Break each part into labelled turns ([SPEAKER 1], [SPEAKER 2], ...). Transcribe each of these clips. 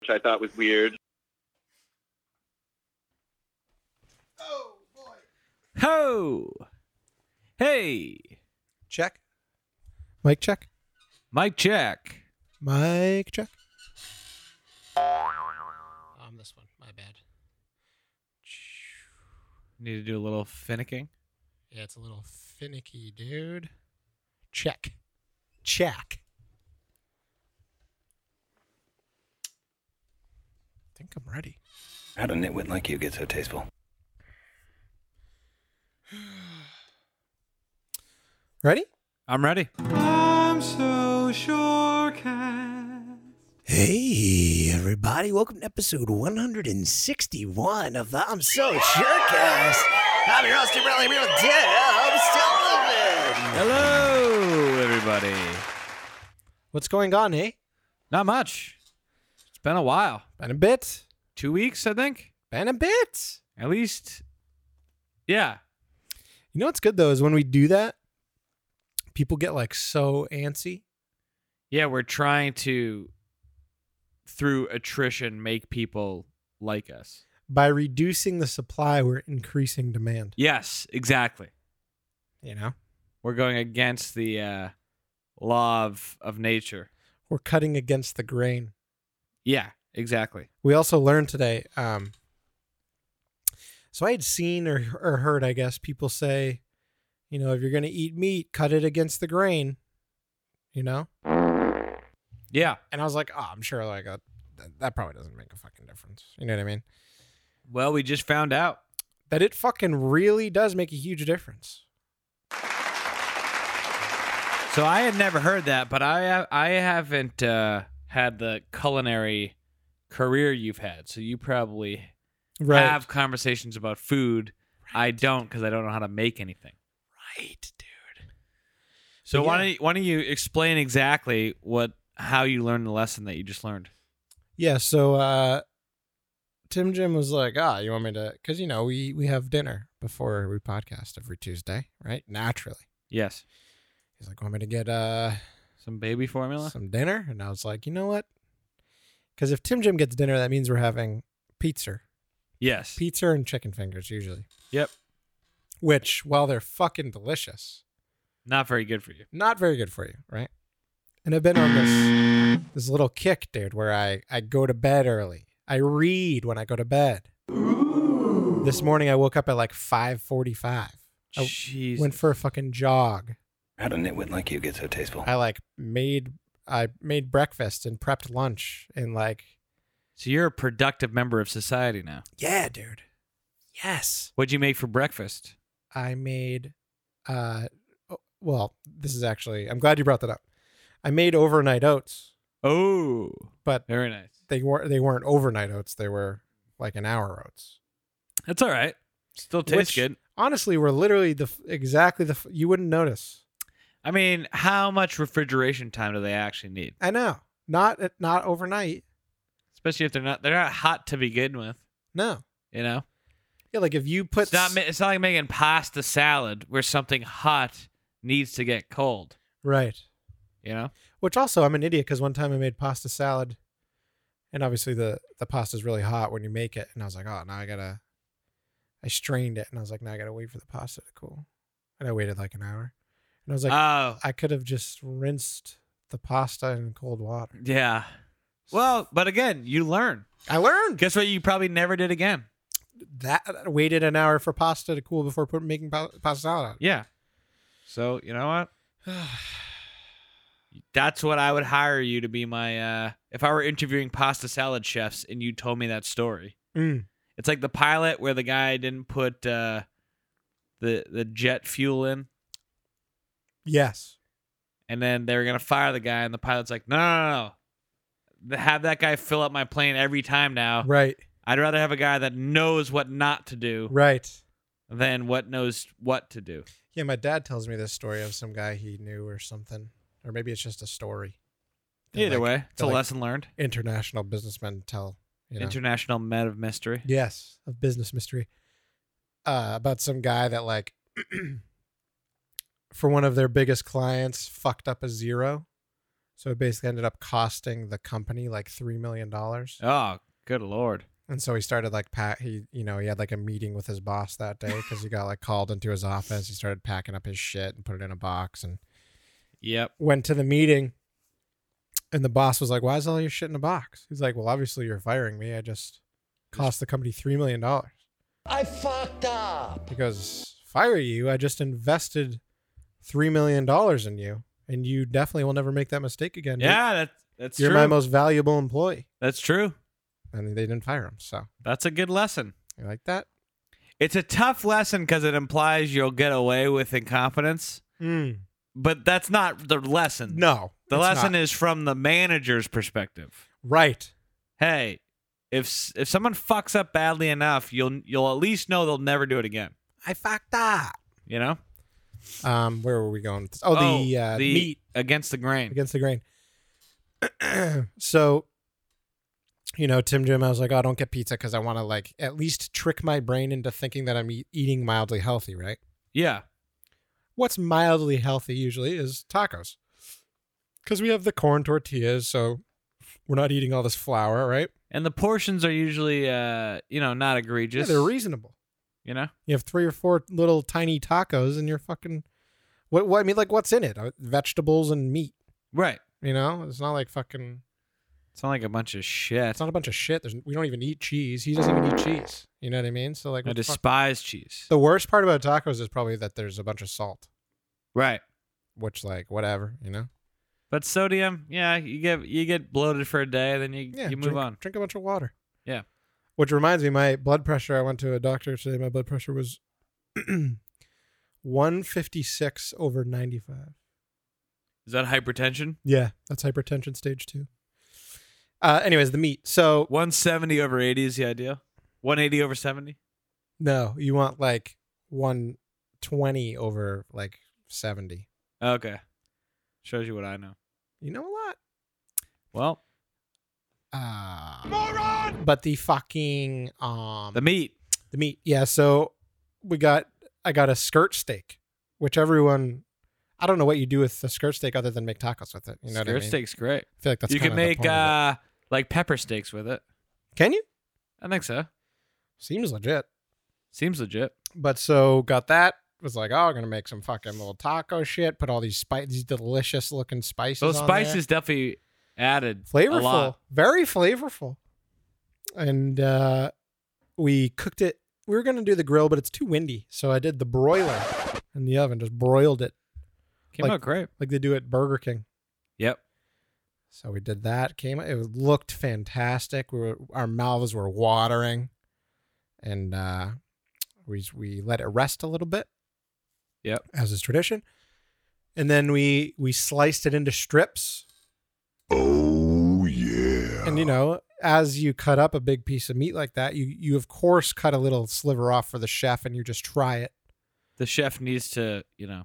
[SPEAKER 1] which I thought was weird.
[SPEAKER 2] Oh boy.
[SPEAKER 3] Ho! Hey!
[SPEAKER 2] Check. Mike check.
[SPEAKER 3] Mike check.
[SPEAKER 2] Mike check.
[SPEAKER 4] Um, this one. My bad.
[SPEAKER 3] Need to do a little finicking.
[SPEAKER 4] Yeah, it's a little finicky, dude. Check.
[SPEAKER 2] Check. I think I'm ready.
[SPEAKER 5] How did a nitwit like you get so tasteful?
[SPEAKER 2] Ready?
[SPEAKER 3] I'm ready.
[SPEAKER 5] Hey, everybody. Welcome to episode 161 of the I'm So Surecast. I'm your host, your really real Tim Sullivan.
[SPEAKER 3] Hello, everybody.
[SPEAKER 2] What's going on, eh?
[SPEAKER 3] Not much. It's been a while.
[SPEAKER 2] Been a bit.
[SPEAKER 3] Two weeks, I think.
[SPEAKER 2] Been a bit.
[SPEAKER 3] At least. Yeah.
[SPEAKER 2] You know what's good though is when we do that, people get like so antsy.
[SPEAKER 3] Yeah, we're trying to, through attrition, make people like us.
[SPEAKER 2] By reducing the supply, we're increasing demand.
[SPEAKER 3] Yes, exactly.
[SPEAKER 2] You know?
[SPEAKER 3] We're going against the uh, law of, of nature.
[SPEAKER 2] We're cutting against the grain.
[SPEAKER 3] Yeah, exactly.
[SPEAKER 2] We also learned today. Um, so I had seen or, or heard, I guess, people say, you know, if you're going to eat meat, cut it against the grain, you know?
[SPEAKER 3] Yeah.
[SPEAKER 2] And I was like, oh, I'm sure like that, that- that probably doesn't make a fucking difference. You know what I mean?
[SPEAKER 3] Well, we just found out.
[SPEAKER 2] That it fucking really does make a huge difference.
[SPEAKER 3] So I had never heard that, but I I haven't uh, had the culinary career you've had, so you probably have conversations about food. I don't because I don't know how to make anything.
[SPEAKER 2] Right, dude.
[SPEAKER 3] So
[SPEAKER 2] But
[SPEAKER 3] why
[SPEAKER 2] yeah.
[SPEAKER 3] don't you, why don't you explain exactly what how you learned the lesson that you just learned?
[SPEAKER 2] Yeah, so uh Tim Jim was like, "Ah, you want me to cuz you know, we we have dinner before we podcast every Tuesday, right? Naturally."
[SPEAKER 3] Yes,
[SPEAKER 2] He's like, "Want me to get uh
[SPEAKER 3] some baby formula.
[SPEAKER 2] some dinner?" And I was like, "You know what? Cuz if Tim Jim gets dinner, that means we're having pizza.
[SPEAKER 3] yes,
[SPEAKER 2] Pizza and chicken fingers usually."
[SPEAKER 3] Yep.
[SPEAKER 2] Which, while they're fucking delicious,
[SPEAKER 3] not very good for you.
[SPEAKER 2] not very good for you, right? And I've been on this this little kick, dude, where I I go to bed early. I read when I go to bed. This morning I woke up at like 5:45. I
[SPEAKER 3] Jeez,
[SPEAKER 2] Went for a fucking jog.
[SPEAKER 5] How did a nitwit like you get so tasteful?
[SPEAKER 2] I like made I made breakfast and prepped lunch and like
[SPEAKER 3] so you're a productive member of society now.
[SPEAKER 2] yeah, dude. Yes.
[SPEAKER 3] What'd you make for breakfast?
[SPEAKER 2] I made uh oh, well, this is actually I'm glad you brought that up. I made overnight oats,
[SPEAKER 3] Oh,
[SPEAKER 2] but
[SPEAKER 3] very nice.
[SPEAKER 2] they weren't they weren't overnight oats. They were like an hour oats.
[SPEAKER 3] That's all right. Still tastes
[SPEAKER 2] Which-
[SPEAKER 3] good.
[SPEAKER 2] Honestly, were literally the f- exactly the f- you wouldn't notice.
[SPEAKER 3] I mean, how much refrigeration time do they actually need?
[SPEAKER 2] I know, not uh, not overnight.
[SPEAKER 3] Especially if they're not they're not hot to begin with,
[SPEAKER 2] No,
[SPEAKER 3] you know.
[SPEAKER 2] yeah, like if you put
[SPEAKER 3] it's not
[SPEAKER 2] s-
[SPEAKER 3] ma- it's not like making pasta salad where something hot needs to get cold,
[SPEAKER 2] right.
[SPEAKER 3] you know.
[SPEAKER 2] Which also, I'm an idiot because one time I made pasta salad, and obviously the the pasta's really hot when you make it, and I was like, oh, now I gotta. I strained it, and I was like, now I gotta wait for the pasta to cool, and I waited like an hour, and I was like,
[SPEAKER 3] oh,
[SPEAKER 2] I could have just rinsed the pasta in cold water.
[SPEAKER 3] yeah. Well, but again, you learn.
[SPEAKER 2] I learned.
[SPEAKER 3] Guess what you probably never did again.
[SPEAKER 2] that uh, waited an hour for pasta to cool before put, making pa- pasta salad.
[SPEAKER 3] Yeah. So, you know what?
[SPEAKER 2] on.
[SPEAKER 3] That's what I would hire you to be my uh if I were interviewing pasta salad chefs and you told me that story.
[SPEAKER 2] Mm.
[SPEAKER 3] It's like the pilot where the guy didn't put uh, the the jet fuel in,
[SPEAKER 2] Yes.
[SPEAKER 3] and then they were gonna fire the guy, and the pilot's like, "No, no, no, no. Th- have that guy fill up my plane every time now.
[SPEAKER 2] Right.
[SPEAKER 3] I'd rather have a guy that knows what not to do
[SPEAKER 2] Right.
[SPEAKER 3] than what knows what to do."
[SPEAKER 2] Yeah, my dad tells me this story of some guy he knew or something, or maybe it's just a story. that,
[SPEAKER 3] Either
[SPEAKER 2] like,
[SPEAKER 3] way, it's a
[SPEAKER 2] like-
[SPEAKER 3] lesson learned.
[SPEAKER 2] international businessmen tell. You know.
[SPEAKER 3] International Met of Mystery.
[SPEAKER 2] yes, of business mystery. Uh, about some guy that like, for one of their biggest clients, fucked up a zero, So it basically ended up costing the company like three million dollars.
[SPEAKER 3] Oh, good lord.
[SPEAKER 2] And so he started like pack. He you know he had like a meeting with his boss that day because he got like called into his office. He started packing up his shit and put it in a box and
[SPEAKER 3] Yep.
[SPEAKER 2] went to the meeting. And the boss was like, "Why is all your shit in a box?" He's like, "Well, obviously you're firing me. I just cost the company three million dollars."
[SPEAKER 5] I fucked up.
[SPEAKER 2] because fire you i just invested three million dollars in you and you definitely will never make that mistake again dude.
[SPEAKER 3] Yeah, that, that's
[SPEAKER 2] you're
[SPEAKER 3] true.
[SPEAKER 2] my most valuable employee
[SPEAKER 3] that's true.
[SPEAKER 2] and they didn't fire him so
[SPEAKER 3] That's a good lesson.
[SPEAKER 2] you like that
[SPEAKER 3] It's a tough lesson because it implies you'll get away with incompetence, but that's not the lesson.
[SPEAKER 2] no
[SPEAKER 3] the
[SPEAKER 2] it's
[SPEAKER 3] lesson
[SPEAKER 2] not.
[SPEAKER 3] is from the manager's perspective.
[SPEAKER 2] right
[SPEAKER 3] Hey, if s- if someone fucks up badly enough, you'll you'll at least know they'll never do it again.
[SPEAKER 2] i fucked up
[SPEAKER 3] You know?
[SPEAKER 2] um where were we going with this? oh, the uh meat
[SPEAKER 3] against the grain.
[SPEAKER 2] against the grain so you know tim jim i was like oh, i don't get pizza because i want to like at least trick my brain into thinking that i'm e- eating mildly healthy right
[SPEAKER 3] Yeah.
[SPEAKER 2] what's mildly healthy usually is tacos because we have the corn tortillas so we're not eating all this flour right
[SPEAKER 3] And the portions are usually uh, you know, not
[SPEAKER 2] yeah,
[SPEAKER 3] egregious.
[SPEAKER 2] they're reasonable
[SPEAKER 3] you know?
[SPEAKER 2] you have three or four little tiny tacos and you're fucking what, what i mean like what's in it Uh, vegetables and meat
[SPEAKER 3] Right.
[SPEAKER 2] you know it's not like fucking
[SPEAKER 3] It's not like a bunch of shit.
[SPEAKER 2] it's not a bunch of shit There's, we don't even eat cheese he doesn't even eat cheese you know what i mean so like
[SPEAKER 3] I
[SPEAKER 2] what the fuck? Oh.
[SPEAKER 3] despise cheese.
[SPEAKER 2] the worst part about tacos is probably that there's a bunch of salt
[SPEAKER 3] Right.
[SPEAKER 2] which like whatever you know
[SPEAKER 3] But sodium, yeah, you get you get bloated for a day, then you
[SPEAKER 2] Yeah,
[SPEAKER 3] you move
[SPEAKER 2] drink,
[SPEAKER 3] on.
[SPEAKER 2] Drink a bunch of water.
[SPEAKER 3] Yeah.
[SPEAKER 2] Which reminds me, my blood pressure. I went to a doctor today. My blood pressure was 156 over 95.
[SPEAKER 3] Is that hypertension?
[SPEAKER 2] Yeah, that's hypertension stage two. Uh, anyways, the meat. So
[SPEAKER 3] One seventy over eighty is the idea. One eighty over seventy.
[SPEAKER 2] no, you want like 120 over like 70.
[SPEAKER 3] Okay, shows you what I know.
[SPEAKER 2] You know a lot.
[SPEAKER 3] Well,
[SPEAKER 2] Uh, But the fucking um
[SPEAKER 3] the meat.
[SPEAKER 2] the meat. Yeah, so we got I got a skirt steak, which everyone I don't know what you do with the skirt steak other than make tacos with it. You know
[SPEAKER 3] Skirt
[SPEAKER 2] what I mean?
[SPEAKER 3] steak's great.
[SPEAKER 2] I feel like that's
[SPEAKER 3] you can
[SPEAKER 2] kinda the
[SPEAKER 3] make
[SPEAKER 2] point of it.
[SPEAKER 3] uh like pepper steaks with it.
[SPEAKER 2] Can you?
[SPEAKER 3] I think so.
[SPEAKER 2] Seems legit.
[SPEAKER 3] Seems legit.
[SPEAKER 2] But so got that was like, oh, I'm gonna make some fucking little taco shit. Put all these spice, these delicious looking spices.
[SPEAKER 3] Those
[SPEAKER 2] on there.
[SPEAKER 3] spices definitely added A
[SPEAKER 2] flavorful,
[SPEAKER 3] lot.
[SPEAKER 2] very flavorful. And uh, we cooked it. We were gonna do the grill, but it's too windy, so I did the broiler in the oven. Just broiled it
[SPEAKER 3] Came
[SPEAKER 2] Like-
[SPEAKER 3] out great.
[SPEAKER 2] like they do at Burger King.
[SPEAKER 3] Yep.
[SPEAKER 2] So we did that. Came it looked fantastic. We were our mouths were watering, and uh, we we let it rest a little bit.
[SPEAKER 3] Yep.
[SPEAKER 2] as is tradition. And then we we sliced it into strips,
[SPEAKER 5] Oh yeah.
[SPEAKER 2] and you know, as you cut up a big piece of meat like that, you you of course cut a little sliver off for the chef, and you just try it.
[SPEAKER 3] The chef needs to you know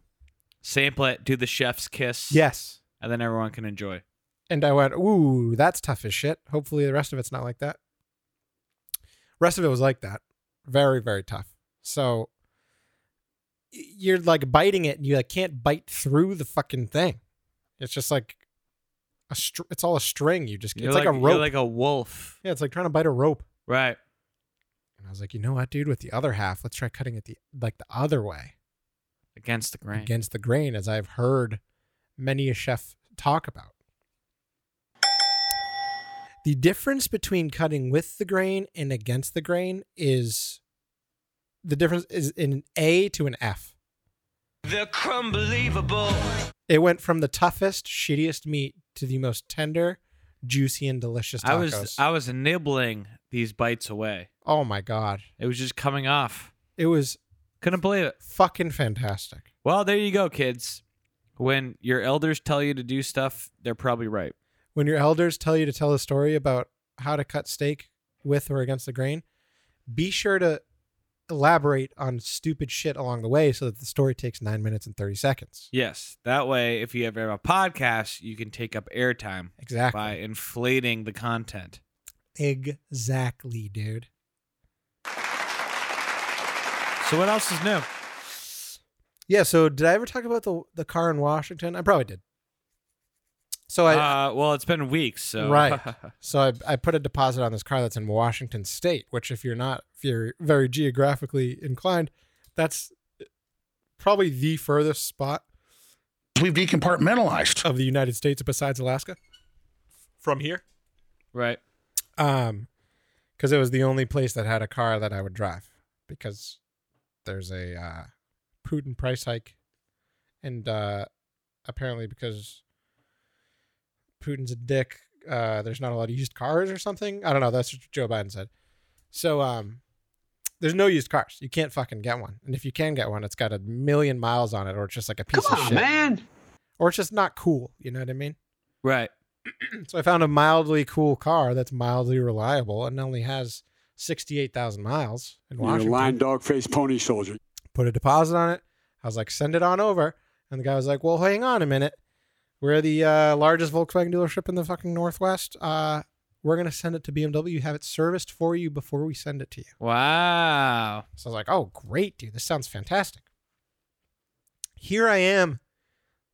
[SPEAKER 3] sample it, do the chef's kiss.
[SPEAKER 2] Yes.
[SPEAKER 3] and then everyone can enjoy.
[SPEAKER 2] And I went, ooh, that's tough as shit. Hopefully the rest of it's not like that. Rest of it was like that. Very, very tough. So y- you're like biting it and you like can't bite through the fucking thing. It's just like a str- it's all a string. You just
[SPEAKER 3] You're
[SPEAKER 2] it's like, a rope.
[SPEAKER 3] You're like a wolf.
[SPEAKER 2] yeah, it's like trying to bite a rope.
[SPEAKER 3] Right.
[SPEAKER 2] And I was like, you know what, dude, with the other half, let's try cutting it the like the other way
[SPEAKER 3] Against the grain.
[SPEAKER 2] against the grain, as I've heard many a chef talk about. The difference between cutting with the grain and against the grain is the difference is in an A to an F. The crumbelievable. It went from the toughest, shittiest meat to the most tender, juicy, and delicious tacos.
[SPEAKER 3] I was I was nibbling these bites away.
[SPEAKER 2] oh my god,
[SPEAKER 3] It was just coming off.
[SPEAKER 2] it was
[SPEAKER 3] Couldn't believe it.
[SPEAKER 2] fucking fantastic.
[SPEAKER 3] Well, there you go, kids. When your elders tell you to do stuff, they're probably right.
[SPEAKER 2] when your elders tell you to tell a story about how to cut steak with or against the grain, be sure to elaborate on stupid shit along the way so that the story takes nine minutes and 30 seconds.
[SPEAKER 3] Yes. That way, if you ever have a podcast, you can take up airtime
[SPEAKER 2] Exactly.
[SPEAKER 3] by inflating the content.
[SPEAKER 2] Exactly, dude.
[SPEAKER 3] So what else is new?
[SPEAKER 2] Yeah. So, did I ever talk about the, the car in Washington? I probably did. So I
[SPEAKER 3] uh, well, it's been weeks, so
[SPEAKER 2] Right. so I, I put a deposit on this car that's in Washington State, which if you're not if you're very geographically inclined, that's probably the furthest spot
[SPEAKER 1] We've decompartmentalized.
[SPEAKER 2] of the United States besides Alaska from here.
[SPEAKER 3] right.
[SPEAKER 2] Um, because it was the only place that had a car that I would drive because there's a uh, prudent price hike, and uh, apparently because Putin's a dick, uh, there's not a lot of used cars or something. I don't know. That's what Joe Biden said. So um, there's no used cars. You can't fucking get one, and if you can get one, it's got a million miles on it, or it's just like a piece of shit,
[SPEAKER 6] man.
[SPEAKER 2] or it's just not cool. You know what I mean?
[SPEAKER 3] Right.
[SPEAKER 2] So I found a mildly cool car that's mildly reliable and only has 68,000 miles in
[SPEAKER 6] You're a
[SPEAKER 2] Washington.
[SPEAKER 6] lying dog faced pony soldier.
[SPEAKER 2] Put a deposit on it. I was like, send it on over. And the guy was like, well, hang on a minute. We're the uh, largest Volkswagen dealership in the fucking Northwest. Uh, we're going to send it to BMW, have it serviced for you before we send it to you.
[SPEAKER 3] Wow.
[SPEAKER 2] So I was like, oh, great, dude. This sounds fantastic. Here I am,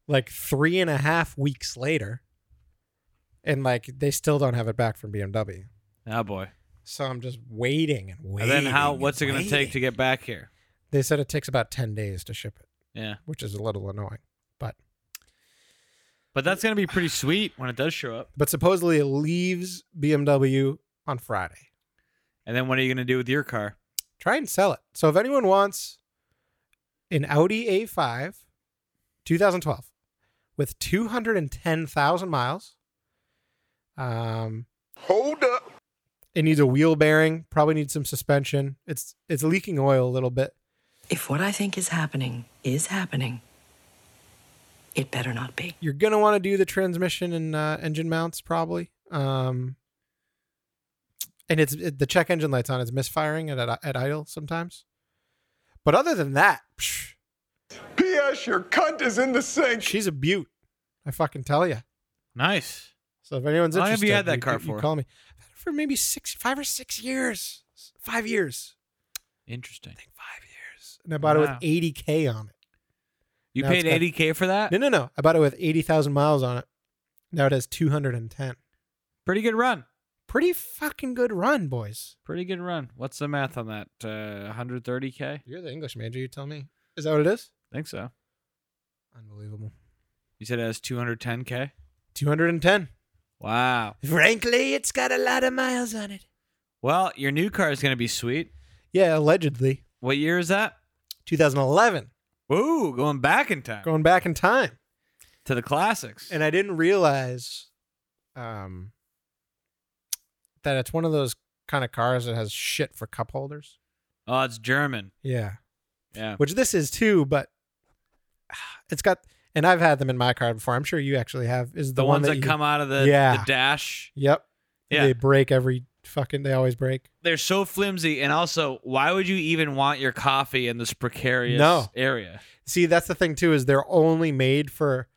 [SPEAKER 2] like three and a half weeks later. And like, they still don't have it back from BMW.
[SPEAKER 3] Oh boy.
[SPEAKER 2] So I'm just waiting and waiting.
[SPEAKER 3] And then how?
[SPEAKER 5] Waiting,
[SPEAKER 3] What's it going to take to
[SPEAKER 5] waiting.
[SPEAKER 3] get back here?
[SPEAKER 2] They said it takes about 10 days to ship it,
[SPEAKER 3] Yeah,
[SPEAKER 2] which is a little annoying.
[SPEAKER 3] but that's going to be pretty sweet when it does show up.
[SPEAKER 2] But supposedly it leaves BMW on Friday.
[SPEAKER 3] And then what are you going to do with your car?
[SPEAKER 2] Try and sell it. So if anyone wants an Audi A5 2012 with 210,000 miles, um,
[SPEAKER 1] Hold up.
[SPEAKER 2] it needs a wheel bearing, probably needs some suspension. It's it's leaking oil a little bit.
[SPEAKER 7] If what I think is happening is happening, it better not be.
[SPEAKER 2] you're gonna want to do the transmission and uh, engine mounts probably. Um, and it's it, the check engine light's on. It's misfiring at, at at idle sometimes. But other than that, psh,
[SPEAKER 1] P.S. Your cunt is in the sink.
[SPEAKER 2] she's a beaut. I fucking tell you.
[SPEAKER 3] Nice.
[SPEAKER 2] So if anyone's
[SPEAKER 3] How long have
[SPEAKER 2] interested,
[SPEAKER 3] you had that car
[SPEAKER 2] you
[SPEAKER 3] for?
[SPEAKER 2] call me. I've had it for maybe six, five or six years, S- five years,
[SPEAKER 3] Interesting.
[SPEAKER 2] five years. And I bought
[SPEAKER 3] Wow.
[SPEAKER 2] it with 80k on it.
[SPEAKER 3] You
[SPEAKER 2] Now it's
[SPEAKER 3] paid
[SPEAKER 2] got-
[SPEAKER 3] 80k for that?
[SPEAKER 2] No, no, no. I bought it with 80,000 miles on it. Now it has 210.
[SPEAKER 3] Pretty good run.
[SPEAKER 2] Pretty fucking good run, boys.
[SPEAKER 3] Pretty good run. What's the math on that? Uh, 130k?
[SPEAKER 2] You're the English major. You tell me. Is that what it is?
[SPEAKER 3] think so.
[SPEAKER 2] Unbelievable.
[SPEAKER 3] You said it has 210k.
[SPEAKER 2] 210.
[SPEAKER 3] Wow.
[SPEAKER 5] Frankly, it's got a lot of miles on it.
[SPEAKER 3] Well, your new car is going to be sweet.
[SPEAKER 2] Yeah, allegedly.
[SPEAKER 3] What year is that?
[SPEAKER 2] 2011.
[SPEAKER 3] Ooh, going back in time
[SPEAKER 2] Going back in time.
[SPEAKER 3] to the classics.
[SPEAKER 2] And I didn't realize um, that it's one of those kind of cars that has shit for cup holders.
[SPEAKER 3] oh, it's German.
[SPEAKER 2] Yeah.
[SPEAKER 3] Yeah.
[SPEAKER 2] Which this is too, but ah, it's got, and I've had them in my car before. I'm sure you actually have. Is the,
[SPEAKER 3] The,
[SPEAKER 2] one
[SPEAKER 3] ones that,
[SPEAKER 2] you-
[SPEAKER 3] come out of the,
[SPEAKER 2] Yeah.
[SPEAKER 3] the dash.
[SPEAKER 2] Yep.
[SPEAKER 3] Yeah.
[SPEAKER 2] They break every fucking, they always break.
[SPEAKER 3] They're so flimsy. And also, why would you even want your coffee in this precarious
[SPEAKER 2] No.
[SPEAKER 3] area?
[SPEAKER 2] See, that's the thing too is they're only made for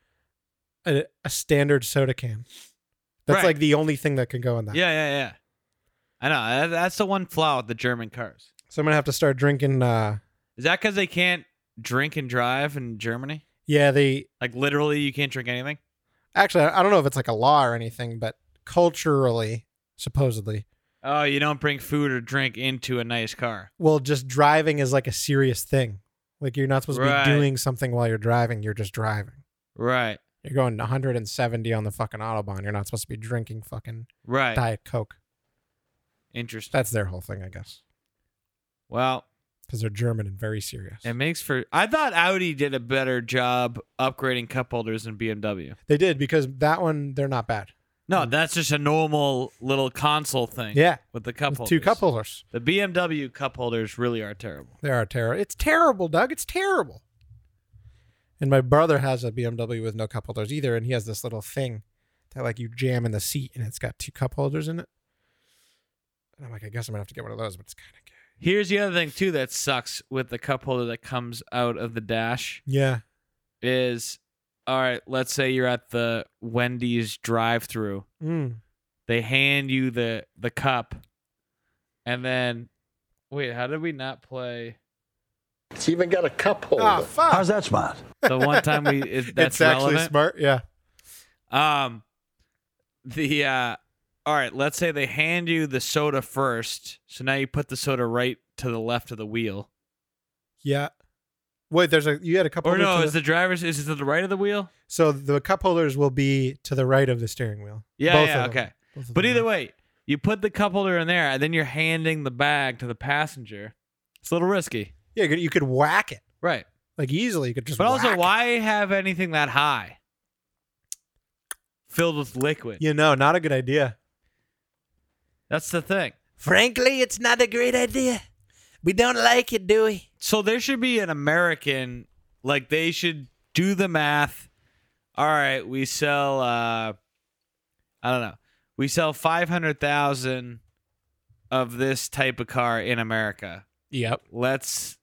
[SPEAKER 2] a, a standard soda can. That's
[SPEAKER 3] Right.
[SPEAKER 2] like the only thing that can go in that.
[SPEAKER 3] Yeah, yeah, yeah. I know. That- That's the one flaw with the German cars.
[SPEAKER 2] So I'm gonna have to start drinking. uh
[SPEAKER 3] Is that because they can't drink and drive in Germany?
[SPEAKER 2] Yeah, they
[SPEAKER 3] Like literally, you can't drink anything.
[SPEAKER 2] actually. I I don't know if it's like a law or anything, but culturally, supposedly,
[SPEAKER 3] Oh, you don't bring food or drink into a nice car.
[SPEAKER 2] well, just driving is like a serious thing. Like you're not supposed
[SPEAKER 3] Right.
[SPEAKER 2] to be doing something while you're driving. You're just driving.
[SPEAKER 3] Right.
[SPEAKER 2] You're going 170 on the fucking autobahn. You're not supposed to be drinking fucking
[SPEAKER 3] Right.
[SPEAKER 2] diet coke.
[SPEAKER 3] Interesting.
[SPEAKER 2] That's their whole thing, I guess,
[SPEAKER 3] Well,
[SPEAKER 2] because they're German and very serious.
[SPEAKER 3] it makes for. I thought Audi did a better job upgrading cup holders than BMW.
[SPEAKER 2] They did because that one they're not bad.
[SPEAKER 3] No, that's just a normal little console thing.
[SPEAKER 2] Mm. Yeah.
[SPEAKER 3] With the cup
[SPEAKER 2] With
[SPEAKER 3] holders.
[SPEAKER 2] two cup holders.
[SPEAKER 3] The BMW cup holders really are terrible.
[SPEAKER 2] They are terrible. It's terrible, Doug. It's terrible. And my brother has a BMW with no cup holders either, and he has this little thing that like you jam in the seat, and it's got two cup holders in it. And I'm like, I guess I'm gonna have to get one of those, but it's kind of good.
[SPEAKER 3] Here's the other thing too that sucks with the cup holder that comes out of the dash.
[SPEAKER 2] Yeah,
[SPEAKER 3] is all right, let's say you're at the Wendy's drive through.
[SPEAKER 2] mm.
[SPEAKER 3] They hand you the the cup and then wait, how did we not play
[SPEAKER 8] It's even got a cup holder.
[SPEAKER 2] Oh, fuck.
[SPEAKER 8] that smart?
[SPEAKER 3] the one time we it, that's
[SPEAKER 2] it's actually
[SPEAKER 3] relevant?
[SPEAKER 2] smart. Yeah,
[SPEAKER 3] Um the uh all right, let's say they hand you the soda first. So now you put the soda right to the left of the wheel.
[SPEAKER 2] Yeah. Wait, there's a you had a cup
[SPEAKER 3] Or
[SPEAKER 2] holder.
[SPEAKER 3] no,
[SPEAKER 2] to
[SPEAKER 3] is
[SPEAKER 2] the-
[SPEAKER 3] the driver's is it to the right of the wheel?
[SPEAKER 2] so the cup holders will be to the right of the steering wheel.
[SPEAKER 3] Yeah,
[SPEAKER 2] Both
[SPEAKER 3] yeah,
[SPEAKER 2] of them.
[SPEAKER 3] okay.
[SPEAKER 2] Both of
[SPEAKER 3] But
[SPEAKER 2] them
[SPEAKER 3] either
[SPEAKER 2] are.
[SPEAKER 3] way, you put the cup holder in there and then you're handing the bag to the passenger. It's a little risky.
[SPEAKER 2] yeah, you could, you could whack it
[SPEAKER 3] Right.
[SPEAKER 2] like easily. You could just.
[SPEAKER 3] But also,
[SPEAKER 2] whack it.
[SPEAKER 3] why have anything that high? Filled with liquid.
[SPEAKER 2] You know, not a good idea.
[SPEAKER 3] That's the thing.
[SPEAKER 5] Frankly, it's not a great idea. We don't like it, do we?
[SPEAKER 3] So there should be an American, like they should do the math. All right, we sell uh I don't know. We sell 500,000 of this type of car in America.
[SPEAKER 4] Yep.
[SPEAKER 3] Let's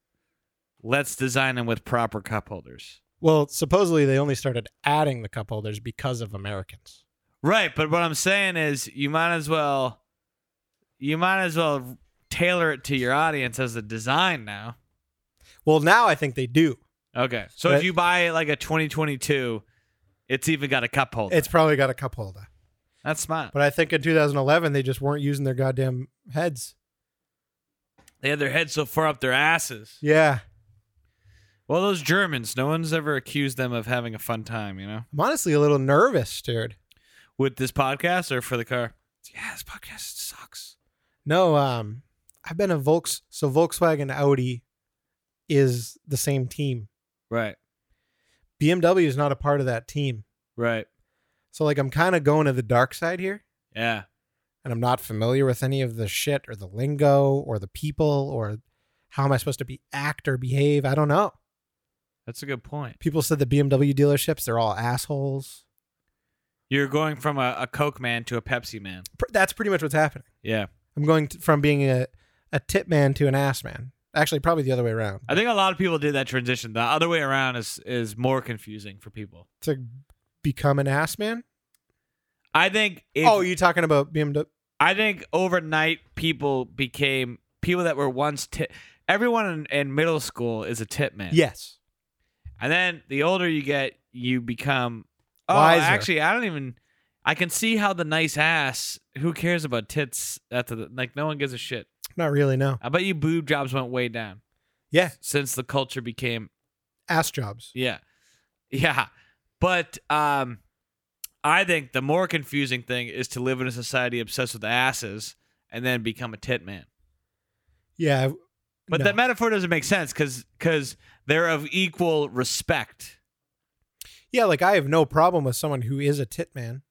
[SPEAKER 3] let's design them with proper cup holders.
[SPEAKER 4] Well, supposedly they only started adding the cup holders because of Americans.
[SPEAKER 3] Right, but what I'm saying is you might as well you might as well tailor it to your audience as a design now.
[SPEAKER 2] Well, now I think they do.
[SPEAKER 3] Okay. So if
[SPEAKER 2] But-
[SPEAKER 3] you buy like a 2022, it's even got a cup holder.
[SPEAKER 2] It's probably got a cup holder.
[SPEAKER 3] That's smart.
[SPEAKER 2] But I think in 2011 they just weren't using their goddamn heads.
[SPEAKER 3] They had their heads so far up their asses.
[SPEAKER 2] Yeah.
[SPEAKER 3] Well, those Germans, no one's ever accused them of having a fun time, you know?
[SPEAKER 2] I'm honestly a little nervous, dude.
[SPEAKER 3] With this podcast or for the car? Yeah, this podcast sucks.
[SPEAKER 2] No, um, I've been a Volks. So Volkswagen Audi is the same team.
[SPEAKER 3] Right,
[SPEAKER 2] BMW is not a part of that team.
[SPEAKER 3] right.
[SPEAKER 2] So like I'm kind of going to the dark side here,
[SPEAKER 3] Yeah.
[SPEAKER 2] and I'm not familiar with any of the shit or the lingo or the people or how am I supposed to be act or behave? I don't know.
[SPEAKER 3] That's a good point.
[SPEAKER 2] People said the BMW dealerships they're all assholes.
[SPEAKER 3] You're going from a, a Coke man to a Pepsi man.
[SPEAKER 2] Pr- That's pretty much what's happening.
[SPEAKER 3] Yeah.
[SPEAKER 2] I'm going t from being a a tip man to an ass man. Actually, probably the other way around.
[SPEAKER 3] I think a lot of people did that transition. The other way around is is more confusing for people.
[SPEAKER 2] To become an ass man.
[SPEAKER 3] I think if,
[SPEAKER 2] Oh, you talking about BMW?
[SPEAKER 3] I think overnight people became people that were once tip. Everyone in, in middle school is a tip man.
[SPEAKER 2] Yes.
[SPEAKER 3] And then the older you get, you become oh,
[SPEAKER 2] Wiser.
[SPEAKER 3] actually, I don't even. I can see how the nice ass. Who cares about tits? After the like, no one gives a shit.
[SPEAKER 2] Not really. No.
[SPEAKER 3] I bet you boob jobs went way down
[SPEAKER 2] Yeah.
[SPEAKER 3] since the culture became
[SPEAKER 2] Ass jobs.
[SPEAKER 3] yeah, yeah. But um, I think the more confusing thing is to live in a society obsessed with asses and then become a tit man.
[SPEAKER 2] Yeah.
[SPEAKER 3] But
[SPEAKER 2] no.
[SPEAKER 3] that metaphor doesn't make sense because because they're of equal respect.
[SPEAKER 2] yeah, like I have no problem with someone who is a tit man.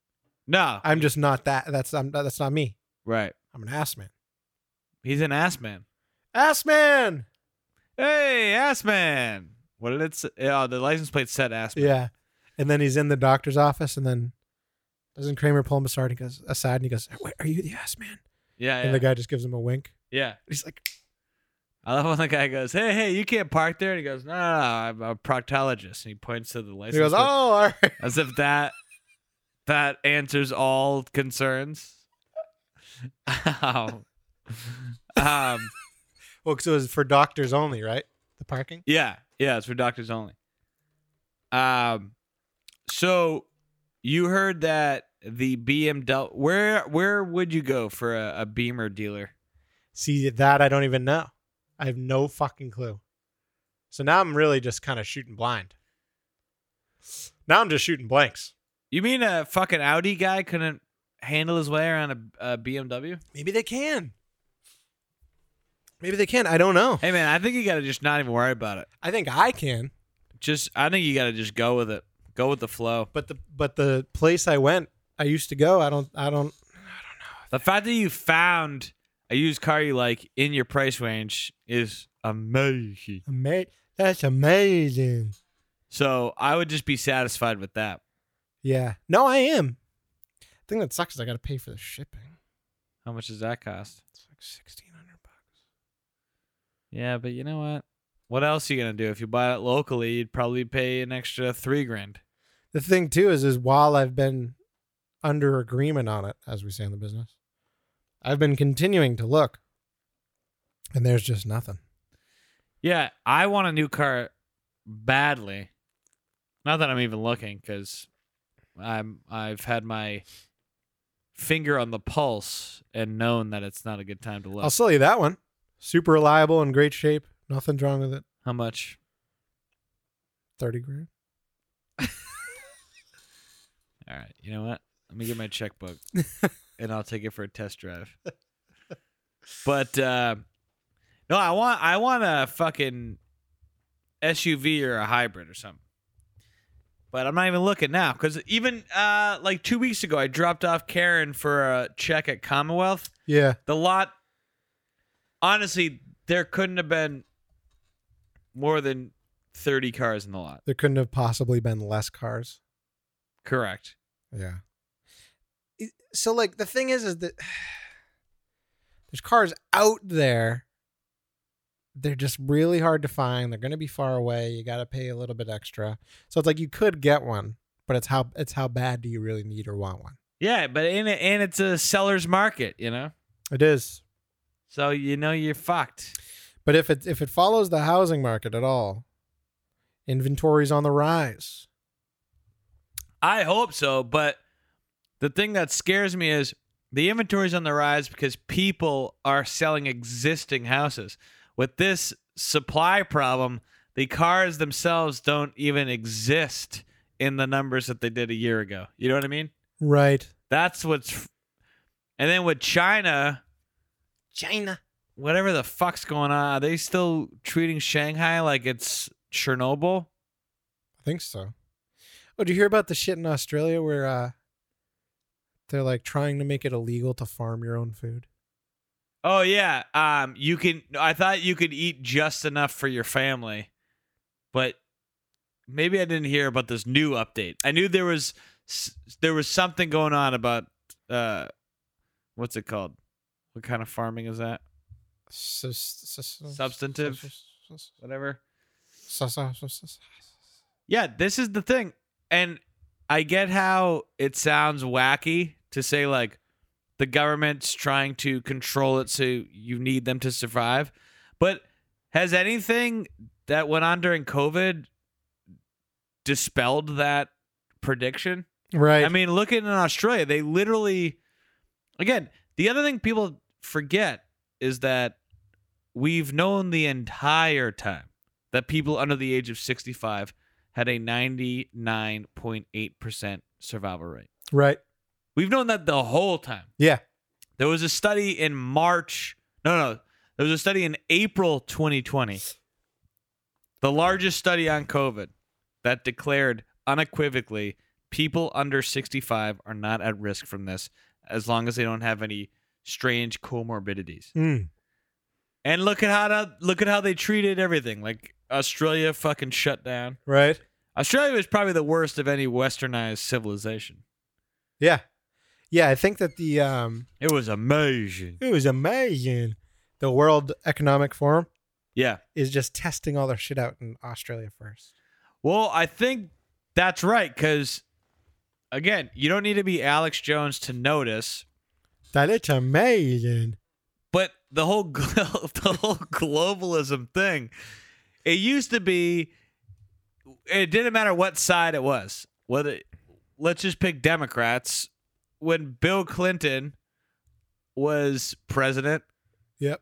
[SPEAKER 3] No,
[SPEAKER 2] I'm just not that. That's I'm, that's not me.
[SPEAKER 3] right?
[SPEAKER 2] I'm an ass man.
[SPEAKER 3] He's an ass man.
[SPEAKER 2] Ass man.
[SPEAKER 3] Hey, ass man. What did it say? Oh, the license plate said ass man.
[SPEAKER 2] Yeah. And then he's in the doctor's office, and then doesn't Kramer pull him aside and goes aside and he goes, Wait, "Are you the ass man?"
[SPEAKER 3] Yeah, yeah.
[SPEAKER 2] And the guy just gives him a wink.
[SPEAKER 3] yeah.
[SPEAKER 2] He's like,
[SPEAKER 3] I love when the guy goes, hey, hey, you can't park there. And he goes, no, no, no, I'm a proctologist. And he points to the license
[SPEAKER 2] he goes, "Oh,
[SPEAKER 3] plate
[SPEAKER 2] all right."
[SPEAKER 3] as if that that answers all concerns. um, um,
[SPEAKER 2] Well, so it was for doctors only, right? The parking.
[SPEAKER 3] yeah, yeah, it's for doctors only. Um, so you heard that the BMW, where where would you go for a, a Beamer dealer?
[SPEAKER 2] See that I don't even know. I have no fucking clue. So now I'm really just kind of shooting blind. Now I'm just shooting blanks.
[SPEAKER 3] You mean a fucking Audi guy couldn't handle his way around a, a BMW?
[SPEAKER 2] Maybe they can. Maybe they can. I don't know.
[SPEAKER 3] Hey man, I think you gotta just not even worry about it.
[SPEAKER 2] I think I can,
[SPEAKER 3] Just I think you gotta just go with it. Go with the flow.
[SPEAKER 2] but the but the place I went, I used to go. I don't. I don't.
[SPEAKER 3] The fact that you found a used car you like in your price range is amazing.
[SPEAKER 2] Ama- that's amazing.
[SPEAKER 3] So I would just be satisfied with that.
[SPEAKER 2] Yeah. No, I am. The thing that sucks is I got to pay for the shipping.
[SPEAKER 3] How much does that cost?
[SPEAKER 2] It's like sixteen hundred bucks.
[SPEAKER 3] Yeah, but you know what? What else are you gonna do? If you buy it locally, you'd probably pay an extra three grand.
[SPEAKER 2] The thing too is, is while I've been under agreement on it, as we say in the business, I've been continuing to look, and there's just nothing.
[SPEAKER 3] Yeah, I want a new car badly. Not that I'm even looking, because I'm I've had my finger on the pulse and known that it's not a good time to look.
[SPEAKER 2] I'll sell you that one. Super reliable in great shape. Nothing's wrong with it.
[SPEAKER 3] How much?
[SPEAKER 2] Thirty grand.
[SPEAKER 3] All right. You know what? Let me get my checkbook and I'll take it for a test drive. But uh, no, I want I want a fucking SUV or a hybrid or something. But I'm not even looking now because even uh, like two weeks ago, I dropped off Karen for a check at Commonwealth.
[SPEAKER 2] Yeah.
[SPEAKER 3] The lot, honestly, there couldn't have been more than 30 cars in the lot.
[SPEAKER 2] There couldn't have possibly been less cars.
[SPEAKER 3] Correct.
[SPEAKER 2] Yeah. So like the thing is is that there's cars out there. They're just really hard to find. They're going to be far away. You got to pay a little bit extra. So it's like you could get one, but it's how it's how bad do you really need or want one?
[SPEAKER 3] Yeah, but in it, and it's a seller's market, you know.
[SPEAKER 2] It is.
[SPEAKER 3] So you know you're fucked.
[SPEAKER 2] But if it if it follows the housing market at all, inventory's on the rise.
[SPEAKER 3] I hope so, but the thing that scares me is the inventory's on the rise because people are selling existing houses. With this supply problem, the cars themselves don't even exist in the numbers that they did a year ago. You know what I mean?
[SPEAKER 2] Right.
[SPEAKER 3] That's what's And then with China,
[SPEAKER 5] China.
[SPEAKER 3] whatever the fuck's going on, are they still treating Shanghai like it's Chernobyl?
[SPEAKER 2] I think so. Oh, did you hear about the shit in Australia where uh they're like trying to make it illegal to farm your own food?
[SPEAKER 3] Oh yeah. Um you can I thought you could eat just enough for your family. But maybe I didn't hear about this new update. I knew there was s- there was something going on about uh what's it called? What kind of farming is that?
[SPEAKER 2] Sus- sus- sus-
[SPEAKER 3] Substantive.
[SPEAKER 2] sus- sus-
[SPEAKER 3] Whatever.
[SPEAKER 2] sus- sus- sus- sus-
[SPEAKER 3] Yeah, this is the thing. And I get how it sounds wacky to say like the government's trying to control it so you need them to survive. But has anything that went on during COVID dispelled that prediction?
[SPEAKER 2] Right.
[SPEAKER 3] I mean, look at in Australia, they literally again, the other thing people forget is that we've known the entire time that people under the age of 65 had a 99.8% survival rate.
[SPEAKER 2] right.
[SPEAKER 3] We've known that the whole time.
[SPEAKER 2] Yeah.
[SPEAKER 3] There was a study in March. No, no. There was a study in April 2020. The largest study on COVID that declared unequivocally people under 65 are not at risk from this as long as they don't have any strange comorbidities.
[SPEAKER 2] Mm.
[SPEAKER 3] And look at how to, look at how they treated everything. Like Australia fucking shut down.
[SPEAKER 2] Right.
[SPEAKER 3] Australia was probably the worst of any westernized civilization.
[SPEAKER 2] Yeah. Yeah, I think that the um
[SPEAKER 3] It was amazing.
[SPEAKER 2] it was amazing. The World Economic Forum
[SPEAKER 3] Yeah.
[SPEAKER 2] is just testing all their shit out in Australia first.
[SPEAKER 3] Well, I think that's right because, again, you don't need to be Alex Jones to notice.
[SPEAKER 2] That it's amazing.
[SPEAKER 3] But the whole gl- the whole globalism thing, it used to be, it didn't matter what side it was. Whether let's just pick Democrats. When Bill Clinton was president,
[SPEAKER 2] Yep.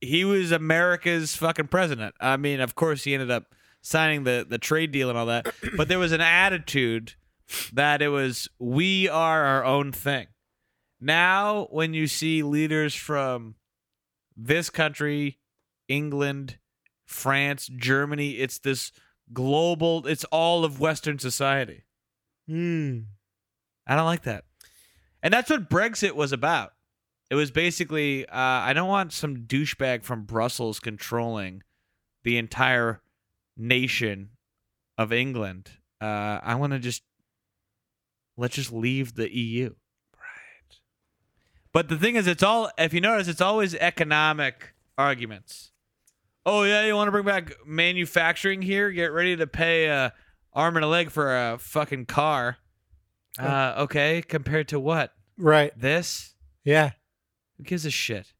[SPEAKER 3] he was America's fucking president. I mean, of course, he ended up signing the the trade deal and all that, but there was an attitude that it was we are our own thing. Now, when you see leaders from this country, England, France, Germany, it's this global. It's all of Western society.
[SPEAKER 2] Mm.
[SPEAKER 3] I don't like that. And that's what Brexit was about. It was basically, uh, I don't want some douchebag from Brussels controlling the entire nation of England. Uh, I want to just let's just leave the EU. Right. But the thing is, it's all if you notice, it's always economic arguments. Oh yeah, you want to bring back manufacturing here? Get ready to pay a arm and a leg for a fucking car. Uh, okay, compared to what?
[SPEAKER 2] Right.
[SPEAKER 3] This?
[SPEAKER 2] Yeah.
[SPEAKER 3] Who gives a shit?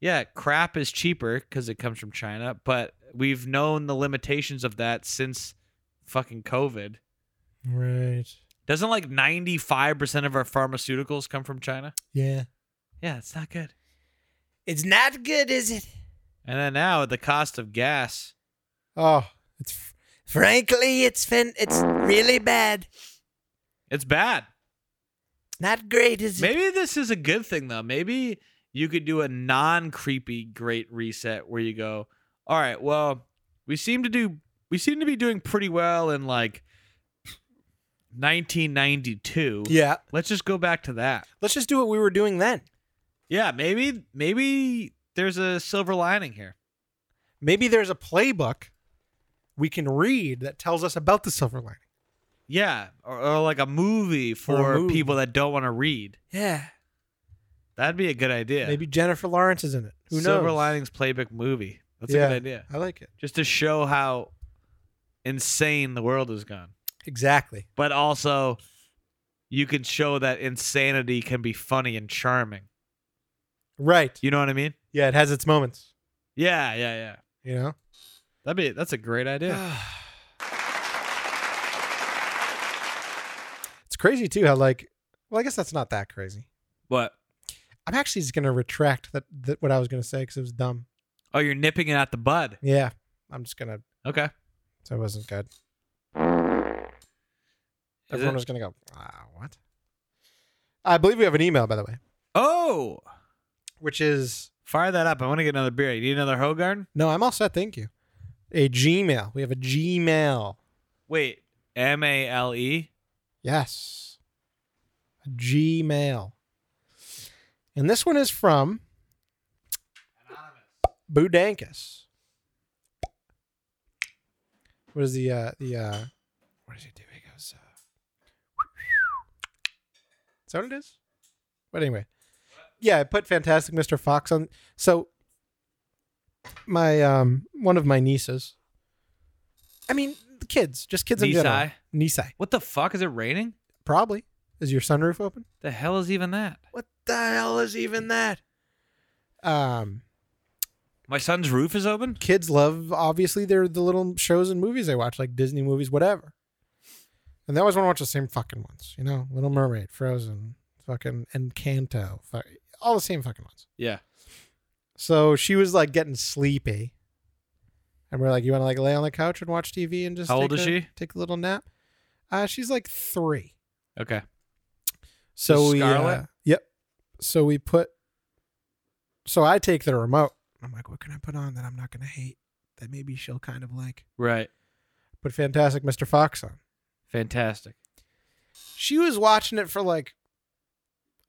[SPEAKER 3] Yeah, crap is cheaper because it comes from China, but we've known the limitations of that since fucking COVID.
[SPEAKER 2] Right.
[SPEAKER 3] Doesn't like 95% of our pharmaceuticals come from China?
[SPEAKER 2] Yeah.
[SPEAKER 3] Yeah, it's not good.
[SPEAKER 5] It's not good, is it?
[SPEAKER 3] And then now at the cost of gas,
[SPEAKER 9] Oh, it's
[SPEAKER 5] Frankly, it's fin- it's really bad.
[SPEAKER 3] it's bad.
[SPEAKER 5] Not great, is it?
[SPEAKER 3] Maybe this is a good thing though. Maybe you could do a non-creepy great reset where you go, "All right, well, we seem to do we seem to be doing pretty well in like 1992.
[SPEAKER 2] Yeah.
[SPEAKER 3] Let's just go back to that."
[SPEAKER 2] Let's just do what we were doing then.
[SPEAKER 3] Yeah, maybe maybe there's a silver lining here.
[SPEAKER 2] Maybe there's a playbook we can read that tells us about the silver lining.
[SPEAKER 3] Yeah, or, or like a movie for
[SPEAKER 2] movie.
[SPEAKER 3] people that don't want to read.
[SPEAKER 2] Yeah.
[SPEAKER 3] That'd be a good idea.
[SPEAKER 2] Maybe Jennifer Lawrence is in it. Who
[SPEAKER 3] Silver
[SPEAKER 2] knows?
[SPEAKER 3] Linings Playbook movie. That's a
[SPEAKER 2] Yeah.
[SPEAKER 3] good idea.
[SPEAKER 2] I like it.
[SPEAKER 3] Just to show how insane the world has gone.
[SPEAKER 2] Exactly.
[SPEAKER 3] But also you can show that insanity can be funny and charming.
[SPEAKER 2] Right.
[SPEAKER 3] You know what I mean?
[SPEAKER 2] Yeah, it has its moments,
[SPEAKER 3] Yeah, yeah, yeah.
[SPEAKER 2] you know?
[SPEAKER 3] That'd be that's a great idea.
[SPEAKER 2] It's crazy too how like well, I guess that's not that crazy.
[SPEAKER 3] what?
[SPEAKER 2] I'm actually just gonna retract that, that what I was gonna say because it was dumb.
[SPEAKER 3] Oh, you're nipping it at the bud.
[SPEAKER 2] Yeah, I'm just gonna.
[SPEAKER 3] Okay.
[SPEAKER 2] That wasn't good.
[SPEAKER 3] Is it-
[SPEAKER 2] Everyone was gonna go. Ah, what? I believe we have an email by the way,
[SPEAKER 3] Oh,
[SPEAKER 2] which is
[SPEAKER 3] fire that up. I want to get another beer. You need another Hogarn?
[SPEAKER 2] no, I'm all set. Thank you. A Gmail. We have a Gmail.
[SPEAKER 3] Wait, M A L E.
[SPEAKER 2] Yes. A Gmail. And this one is from Budankus. What is the uh the uh what does he do? He goes uh Is that what it is? But anyway. Yeah, I put Fantastic Mr. Fox on so my um one of my nieces. I mean kids, just kids in general.
[SPEAKER 3] Nisai?
[SPEAKER 2] Nisai.
[SPEAKER 3] What the fuck is it raining?
[SPEAKER 2] Probably. Is your sunroof open?
[SPEAKER 3] The hell is even that?
[SPEAKER 5] What the hell is even that?
[SPEAKER 2] Um,
[SPEAKER 3] My son's roof is open.
[SPEAKER 2] kids love obviously they're the little shows and movies they watch, like Disney movies, whatever. And they always want to watch the same fucking ones, you know, Little Mermaid, Frozen, fucking Encanto, fu- all the same fucking ones.
[SPEAKER 3] Yeah.
[SPEAKER 2] So she was like getting sleepy, and we're like, "You want to like lay on the couch and watch TV and just
[SPEAKER 3] How
[SPEAKER 2] take
[SPEAKER 3] old is
[SPEAKER 2] a-
[SPEAKER 3] she?
[SPEAKER 2] Take a little nap." Uh, she's like three.
[SPEAKER 3] Okay.
[SPEAKER 2] So
[SPEAKER 3] Is
[SPEAKER 2] we,
[SPEAKER 3] Scarlet?
[SPEAKER 2] uh, yep. So we put. So I take the remote. I'm like, what can I put on that I'm not gonna hate? That maybe she'll kind of like.
[SPEAKER 3] Right.
[SPEAKER 2] Put Fantastic Mr. Fox on.
[SPEAKER 3] Fantastic.
[SPEAKER 2] She was watching it for like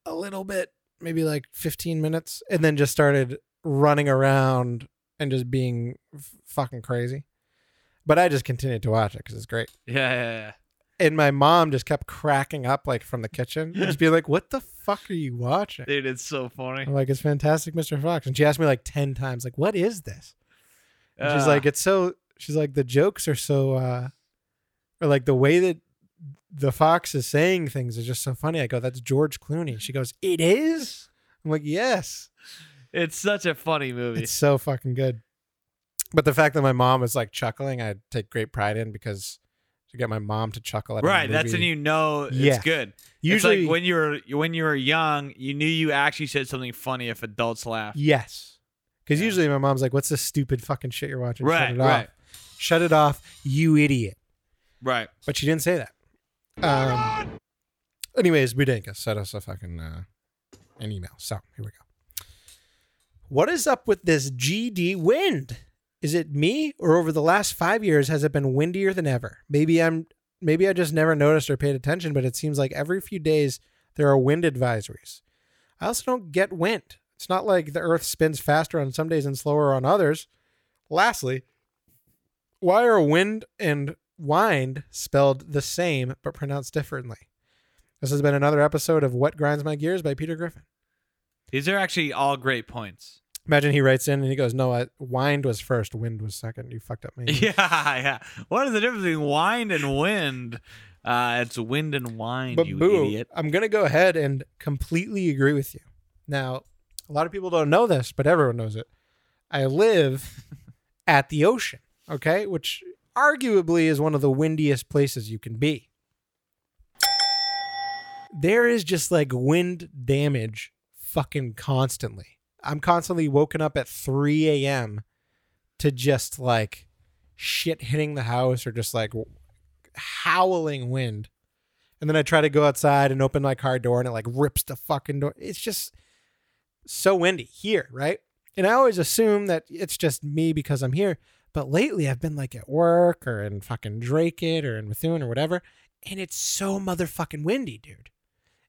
[SPEAKER 2] a little bit, maybe like 15 minutes, and then just started running around and just being f- fucking crazy. But I just continued to watch it because it's great.
[SPEAKER 3] Yeah, yeah, yeah.
[SPEAKER 2] And my mom just kept cracking up like from the kitchen, just being like, "What the fuck are you watching?"
[SPEAKER 3] Dude, it's so funny.
[SPEAKER 2] I'm like, it's fantastic, Mr. Fox. And she asked me like 10 times, like, what is this? And she's
[SPEAKER 3] Ah.
[SPEAKER 2] like, it's so, she's like, the jokes are so, uh, or like the way that the Fox is saying things is just so funny. I go, that's George Clooney. She goes, it is? I'm like, yes.
[SPEAKER 3] it's such a funny movie.
[SPEAKER 2] It's so fucking good. But the fact that my mom was like chuckling, I take great pride in because to get my mom to chuckle at a
[SPEAKER 3] right. That's when
[SPEAKER 2] movie-
[SPEAKER 3] you know it's
[SPEAKER 2] Yeah.
[SPEAKER 3] good.
[SPEAKER 2] Usually,
[SPEAKER 3] it's like when you were when you were young, you knew you actually said something funny if adults laughed.
[SPEAKER 2] yes. Because
[SPEAKER 3] Yeah.
[SPEAKER 2] usually my mom's like, what's this stupid fucking shit you're watching? Shut
[SPEAKER 3] Right,
[SPEAKER 2] it
[SPEAKER 3] right,
[SPEAKER 2] off. Shut it off, you idiot.
[SPEAKER 3] right.
[SPEAKER 2] But she didn't say that. Um, anyways, Budenka sent us a fucking uh, an email. So here we go. What is up with this GD wind? Is it me, or over the last five years has it been windier than ever? Maybe I'm maybe I just never noticed or paid attention, but it seems like every few days there are wind advisories. I also don't get wind. It's not like the earth spins faster on some days and slower on others. Lastly, why are wind and wind spelled the same but pronounced differently? This has been another episode of What Grinds My Gears by Peter Griffin.
[SPEAKER 3] These are actually all great points.
[SPEAKER 2] Imagine he writes in and he goes, No, I, wind was first, wind was second. You fucked up me.
[SPEAKER 3] Yeah, yeah. What is the difference between wind and wind? Uh, it's wind and wine,
[SPEAKER 2] but
[SPEAKER 3] you
[SPEAKER 2] boo,
[SPEAKER 3] idiot.
[SPEAKER 2] I'm going to go ahead and completely agree with you. Now, a lot of people don't know this, but everyone knows it. I live at the ocean, okay? Which arguably is one of the windiest places you can be. there is just like wind damage fucking constantly. I'm constantly woken up at 3 a.m. to just like shit hitting the house or just like howling wind. And then I try to go outside and open my car door and it like rips the fucking door. It's just so windy here, right? And I always assume that it's just me because I'm here. But lately I've been like at work or in fucking Drake it or in Methuen or whatever. And it's so motherfucking windy, dude.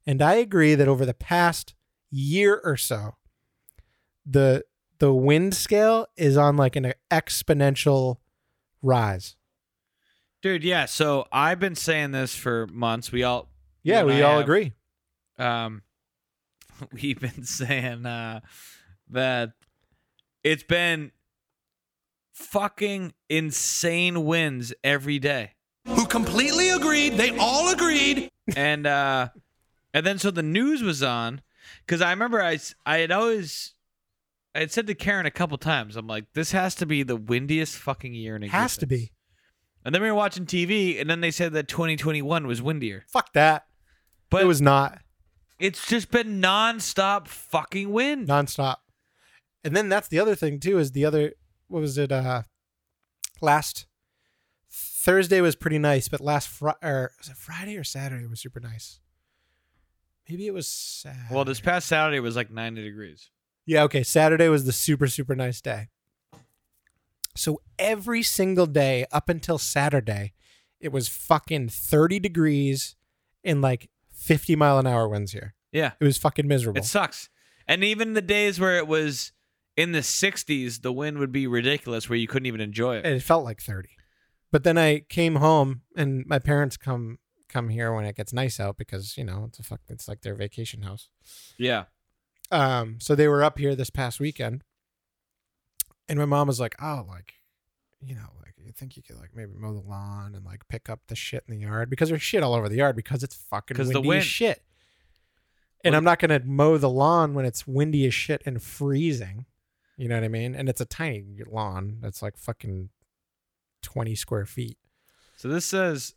[SPEAKER 2] And I agree that over the past year or so, the the wind scale is on like an exponential rise.
[SPEAKER 3] Dude, yeah. So I've been saying this for months. We all you
[SPEAKER 2] Yeah,
[SPEAKER 3] and I
[SPEAKER 2] we all
[SPEAKER 3] have-
[SPEAKER 2] agree.
[SPEAKER 3] um, we've been saying uh, that it's been fucking insane wins every day. Who completely agreed. They all agreed. And uh, and then so the news was on because I remember I s- I had always. I had said to Karen a couple times, I'm like, this has to be the windiest fucking year in existence.
[SPEAKER 2] Has to be.
[SPEAKER 3] And then we were watching TV, and then they said that 2021 was windier.
[SPEAKER 2] Fuck that.
[SPEAKER 3] But
[SPEAKER 2] it was not
[SPEAKER 3] it's just been nonstop fucking wind.
[SPEAKER 2] nonstop. And then that's the other thing too is the other what was it uh last Thursday was pretty nice, but last Fri or was it Friday or Saturday was super nice. Maybe it was Saturday.
[SPEAKER 3] Well, this past Saturday was like 90 degrees.
[SPEAKER 2] Yeah, okay. Saturday was the super, super nice day. So every single day up until Saturday, it was fucking 30 degrees and like 50 mile an hour winds here.
[SPEAKER 3] Yeah,
[SPEAKER 2] It was fucking miserable.
[SPEAKER 3] it sucks. And even the days where it was in the 60s, the wind would be ridiculous where you couldn't even enjoy it.
[SPEAKER 2] and it felt like 30. But then I came home and my parents come come here when it gets nice out because, you know, it's a fuck it's like their vacation house.
[SPEAKER 3] Yeah.
[SPEAKER 2] um so they were up here this past weekend and my mom was like oh like you know like you think you could like maybe mow the lawn and like pick up the shit in the yard because there's shit all over the yard because it's fucking
[SPEAKER 3] 'Cause
[SPEAKER 2] windy
[SPEAKER 3] the
[SPEAKER 2] as
[SPEAKER 3] wind.
[SPEAKER 2] shit and
[SPEAKER 3] Well-
[SPEAKER 2] i'm not gonna mow the lawn when it's windy as shit and freezing you know what i mean and it's a tiny lawn that's like fucking 20 square feet
[SPEAKER 3] So this says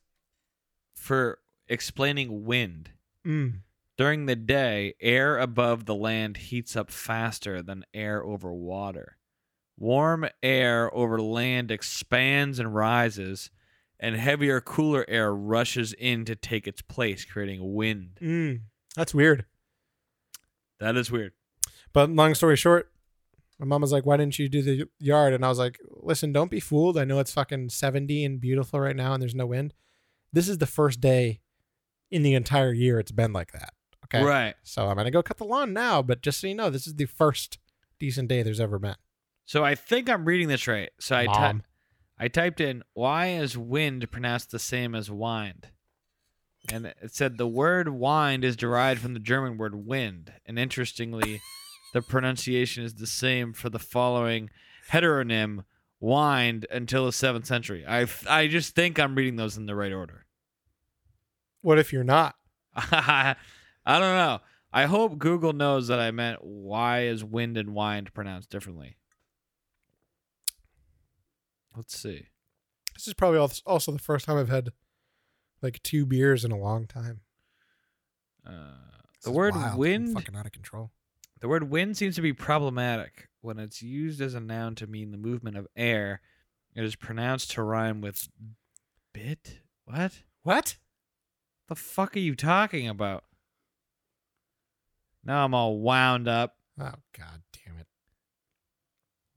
[SPEAKER 3] for explaining wind.
[SPEAKER 2] mm.
[SPEAKER 3] During the day, air above the land heats up faster than air over water. Warm air over land expands and rises, and heavier, cooler air rushes in to take its place, creating wind.
[SPEAKER 2] Mm. that's weird
[SPEAKER 3] That is weird.
[SPEAKER 2] But long story short, my mom was like, "Why didn't you do the yard?" And I was like, "Listen, don't be fooled. I know it's fucking seventy and beautiful right now, and there's no wind. This is the first day in the entire year it's been like that. Okay,
[SPEAKER 3] Right.
[SPEAKER 2] So I'm gonna go cut the lawn now. But just so you know, this is the first decent day there's ever been.
[SPEAKER 3] So I think I'm reading this right. So I ty-
[SPEAKER 2] Mom.
[SPEAKER 3] I typed in why is wind pronounced the same as wind? And it said the word wind is derived from the German word wind. And interestingly, the pronunciation is the same for the following heteronym wind until the 7th century. I f- I just think I'm reading those in the right order.
[SPEAKER 2] What if you're not?
[SPEAKER 3] I don't know. I hope Google knows that I meant why is wind and wind pronounced differently. Let's see.
[SPEAKER 2] This is probably al- also the first time I've had like two beers in a long time.
[SPEAKER 3] Uh,
[SPEAKER 2] This
[SPEAKER 3] the
[SPEAKER 2] is
[SPEAKER 3] word
[SPEAKER 2] wild. I'm
[SPEAKER 3] wind
[SPEAKER 2] fucking out of control.
[SPEAKER 3] the word wind seems to be problematic when it's used as a noun to mean the movement of air. It is pronounced to rhyme with bit. What?
[SPEAKER 2] What?
[SPEAKER 3] The fuck are you talking about? Now I'm all wound up.
[SPEAKER 2] Oh god damn it!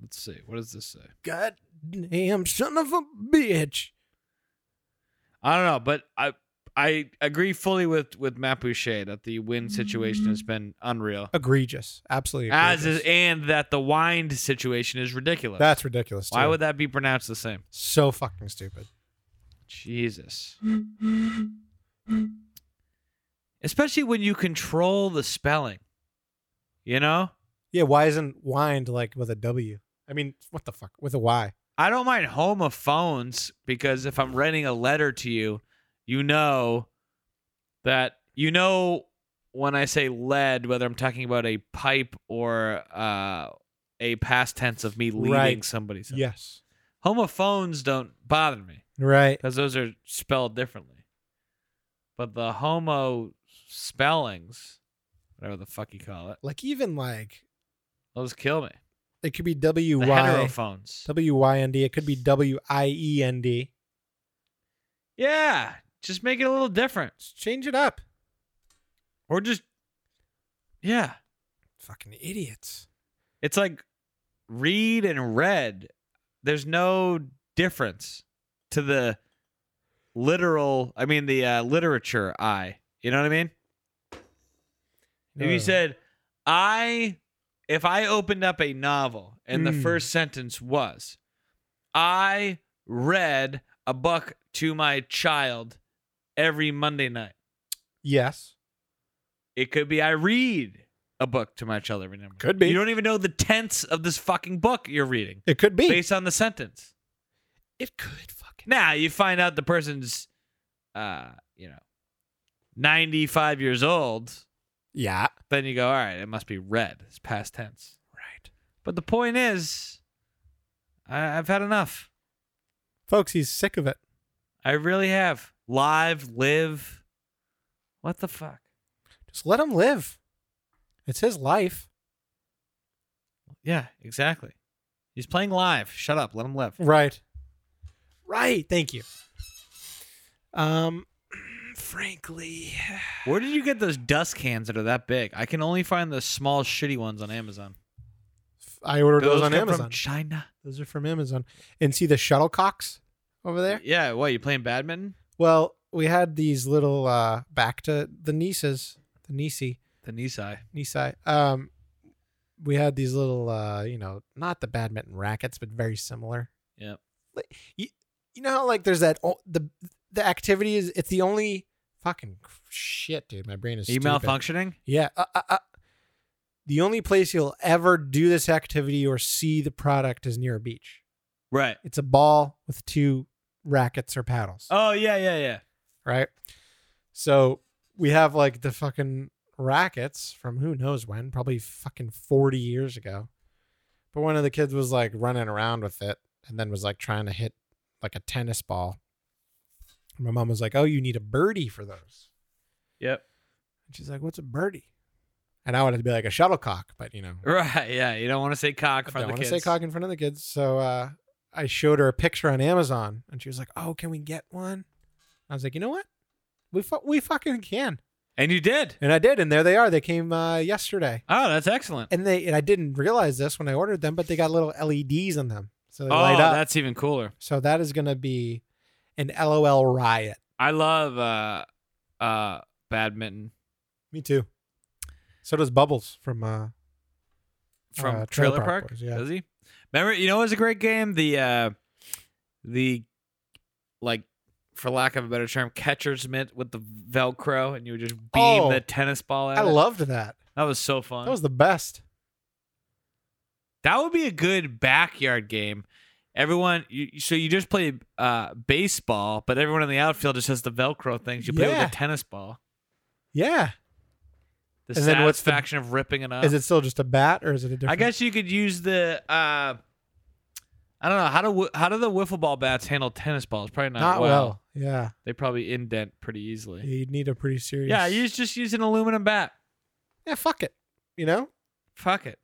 [SPEAKER 3] Let's see. What does this say?
[SPEAKER 2] God damn son of a bitch.
[SPEAKER 3] I don't know, but I I agree fully with with Matt Boucher that the win situation has been unreal.
[SPEAKER 2] egregious. Absolutely.
[SPEAKER 3] As is,
[SPEAKER 2] egregious.
[SPEAKER 3] and that the wind situation is ridiculous.
[SPEAKER 2] That's ridiculous.
[SPEAKER 3] why
[SPEAKER 2] too.
[SPEAKER 3] would that be pronounced the same?
[SPEAKER 2] so fucking stupid?
[SPEAKER 3] Jesus. Especially when you control the spelling. You know?
[SPEAKER 2] Yeah. Why isn't wind like with a W? I mean, what the fuck with a Y?
[SPEAKER 3] I don't mind homophones because if I'm writing a letter to you, you know that you know when I say lead, whether I'm talking about a pipe or uh, a past tense of me leading
[SPEAKER 2] Right.
[SPEAKER 3] somebody. somewhere.
[SPEAKER 2] Yes.
[SPEAKER 3] Homophones don't bother me
[SPEAKER 2] Right.
[SPEAKER 3] because those are spelled differently. But the homo spellings, whatever the fuck you call it.
[SPEAKER 2] Like even like
[SPEAKER 3] They'll just kill me.
[SPEAKER 2] it could be
[SPEAKER 3] The
[SPEAKER 2] W Y
[SPEAKER 3] heterophones.
[SPEAKER 2] W Y N D. It could be W I E N D.
[SPEAKER 3] Yeah, just make it a little different,
[SPEAKER 2] Just change it up.
[SPEAKER 3] or just yeah.
[SPEAKER 2] Fucking idiots.
[SPEAKER 3] It's like read and red. There's no difference to the literal. I mean, the uh, literature. I. You know what I mean? If
[SPEAKER 2] No.
[SPEAKER 3] you said, I, if I opened up a novel and the
[SPEAKER 2] Mm.
[SPEAKER 3] first sentence was, I read a book to my child every Monday night.
[SPEAKER 2] Yes.
[SPEAKER 3] It could be I read a book to my child every Monday.
[SPEAKER 2] Could be.
[SPEAKER 3] You don't even know the tense of this fucking book you're reading
[SPEAKER 2] It could be.
[SPEAKER 3] based on the sentence.
[SPEAKER 2] it could fucking.
[SPEAKER 3] Now you find out the person's, uh, you know, 95 years old.
[SPEAKER 2] Yeah.
[SPEAKER 3] then you go, all right, it must be red. It's past tense. Right. But the point is, I, I've had enough.
[SPEAKER 2] Folks, he's sick of it.
[SPEAKER 3] I really have. Live, live. What the fuck?
[SPEAKER 2] Just let him live. It's his life.
[SPEAKER 3] Yeah, exactly. He's playing live. Shut up. Let him live.
[SPEAKER 2] Right. Right. Thank you. Um, frankly,
[SPEAKER 3] Where did you get those dust cans that are that big? I can only find the small, shitty ones on Amazon.
[SPEAKER 2] I ordered those, on
[SPEAKER 3] come
[SPEAKER 2] Amazon.
[SPEAKER 3] From China.
[SPEAKER 2] those are from Amazon. And see the shuttlecocks over there?
[SPEAKER 3] Yeah. What? You playing badminton?
[SPEAKER 2] Well, we had these little uh back to the nieces, the niecey,
[SPEAKER 3] The Nisai.
[SPEAKER 2] niecey. Um we had these little uh, you know, not the badminton rackets, but very similar.
[SPEAKER 3] Yep.
[SPEAKER 2] Like, you, you know how like there's that o- the the activity is it's the only fucking shit, dude. My brain is
[SPEAKER 3] Are you
[SPEAKER 2] stupid.
[SPEAKER 3] malfunctioning?
[SPEAKER 2] Yeah. Uh, uh, uh. The only place you'll ever do this activity or see the product is near a beach.
[SPEAKER 3] Right.
[SPEAKER 2] It's a ball with two rackets or paddles
[SPEAKER 3] Oh yeah, yeah, yeah.
[SPEAKER 2] right? So we have like the fucking rackets from who knows when, probably fucking 40 years ago. But one of the kids was like running around with it and then was like trying to hit like a tennis ball. And my mom was like, Oh, you need a birdie for those.
[SPEAKER 3] Yep.
[SPEAKER 2] And she's like, What's a birdie? And I wanted to be like a shuttlecock, but you know,
[SPEAKER 3] Right. Yeah. You don't want to say cock
[SPEAKER 2] I
[SPEAKER 3] from
[SPEAKER 2] don't
[SPEAKER 3] the
[SPEAKER 2] want to
[SPEAKER 3] kids.
[SPEAKER 2] say cock in front of the kids. So uh, I showed her a picture on Amazon, and she was like, "Oh, can we get one?" I was like, "You know what? We fu- we fucking can."
[SPEAKER 3] And you did.
[SPEAKER 2] And I did, and there they are. They came uh, yesterday,
[SPEAKER 3] Oh, that's excellent.
[SPEAKER 2] and they and I didn't realize this when I ordered them, but they got little LEDs on them, so they
[SPEAKER 3] oh,
[SPEAKER 2] light up.
[SPEAKER 3] that's even cooler.
[SPEAKER 2] So that is gonna be an LOL riot.
[SPEAKER 3] I love uh uh badminton
[SPEAKER 2] Me too. So does Bubbles from uh,
[SPEAKER 3] from
[SPEAKER 2] Uh,
[SPEAKER 3] Trailer Park.
[SPEAKER 2] Boys, yeah.
[SPEAKER 3] Does he? Remember, you know, it was a great game. The uh the like, for lack of a better term, catcher's mitt with the Velcro, and you would just beam
[SPEAKER 2] Oh,
[SPEAKER 3] the tennis ball at
[SPEAKER 2] I
[SPEAKER 3] it.
[SPEAKER 2] loved that.
[SPEAKER 3] that was so fun.
[SPEAKER 2] That was the best.
[SPEAKER 3] That would be a good backyard game. Everyone, you, so you just play uh, baseball, but everyone in the outfield just has the Velcro things. You play
[SPEAKER 2] Yeah.
[SPEAKER 3] with a tennis ball.
[SPEAKER 2] Yeah.
[SPEAKER 3] The
[SPEAKER 2] And then what's the-
[SPEAKER 3] satisfaction of ripping it up.
[SPEAKER 2] Is it still just a bat, or is it a different?
[SPEAKER 3] Uh, I guess you could use the. Uh, I don't know how do wi- how do the wiffle ball bats handle tennis balls? Probably not,
[SPEAKER 2] not
[SPEAKER 3] well.
[SPEAKER 2] well. Yeah.
[SPEAKER 3] They probably indent pretty easily.
[SPEAKER 2] You'd need a pretty serious.
[SPEAKER 3] Yeah, you just use an aluminum bat.
[SPEAKER 2] yeah. Fuck it. You know
[SPEAKER 3] Fuck it.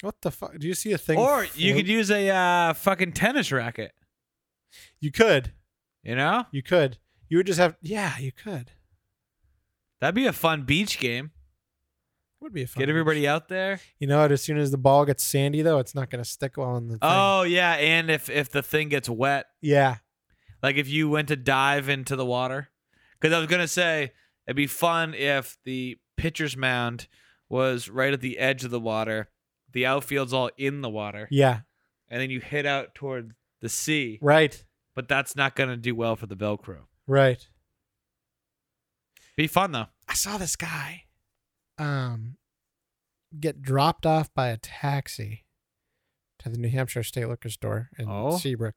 [SPEAKER 2] what the fuck? Do you see a thing?
[SPEAKER 3] Or you
[SPEAKER 2] float?
[SPEAKER 3] could use a uh, fucking tennis racket.
[SPEAKER 2] You could.
[SPEAKER 3] You know
[SPEAKER 2] You could. You would just have. Yeah, you could.
[SPEAKER 3] that'd be a fun beach game.
[SPEAKER 2] Would be a fun.
[SPEAKER 3] Get everybody out there.
[SPEAKER 2] You know what? As soon as the ball gets sandy, though, it's not going to stick well in the. Thing.
[SPEAKER 3] Oh yeah, and if if the thing gets wet,
[SPEAKER 2] Yeah.
[SPEAKER 3] like if you went to dive into the water, because I was gonna say it'd be fun if the pitcher's mound was right at the edge of the water, the outfield's all in the water,
[SPEAKER 2] Yeah.
[SPEAKER 3] and then you hit out toward the sea.
[SPEAKER 2] Right.
[SPEAKER 3] But that's not gonna do well for the Velcro.
[SPEAKER 2] Right.
[SPEAKER 3] Be fun though.
[SPEAKER 2] I saw this guy um get dropped off by a taxi to the New Hampshire State Liquor Store in
[SPEAKER 3] Oh.
[SPEAKER 2] Seabrook.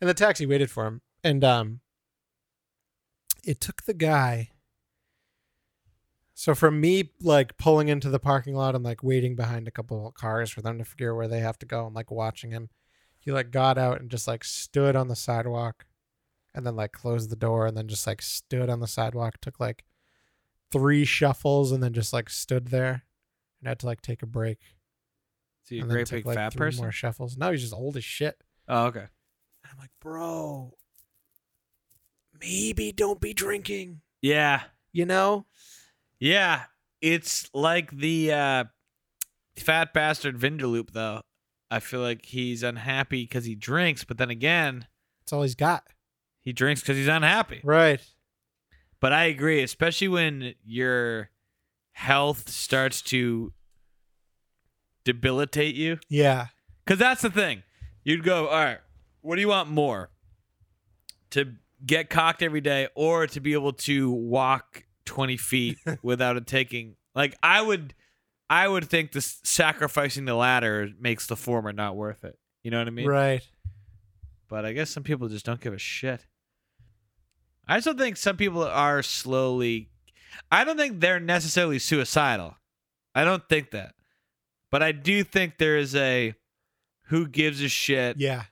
[SPEAKER 2] And the taxi waited for him and um it took the guy so from me like pulling into the parking lot and like waiting behind a couple of cars for them to figure where they have to go and like watching him he like got out and just like stood on the sidewalk and then like closed the door and then just like stood on the sidewalk took like three shuffles and then just like stood there and had to like take a break.
[SPEAKER 3] So you a
[SPEAKER 2] and then
[SPEAKER 3] great
[SPEAKER 2] took,
[SPEAKER 3] big
[SPEAKER 2] like,
[SPEAKER 3] fat
[SPEAKER 2] three
[SPEAKER 3] person.
[SPEAKER 2] More shuffles. Now he's just old as shit.
[SPEAKER 3] Oh, okay.
[SPEAKER 2] And I'm like, bro, maybe don't be drinking.
[SPEAKER 3] Yeah.
[SPEAKER 2] You know?
[SPEAKER 3] Yeah. It's like the uh, fat bastard Vinderloop, though. I feel like he's unhappy because he drinks, but then again,
[SPEAKER 2] That's all he's got.
[SPEAKER 3] he drinks because he's unhappy.
[SPEAKER 2] Right.
[SPEAKER 3] But I agree, especially when your health starts to debilitate you.
[SPEAKER 2] Yeah.
[SPEAKER 3] Because that's the thing. You'd go, all right, what do you want more? To get cocked every day or to be able to walk 20 feet without it taking. Like, I would. I would think this sacrificing the latter makes the former not worth it. You know what I mean?
[SPEAKER 2] Right.
[SPEAKER 3] but I guess some people just don't give a shit. I still think some people are slowly. I don't think they're necessarily suicidal. I don't think that. But I do think there is a who gives a shit
[SPEAKER 2] Yeah.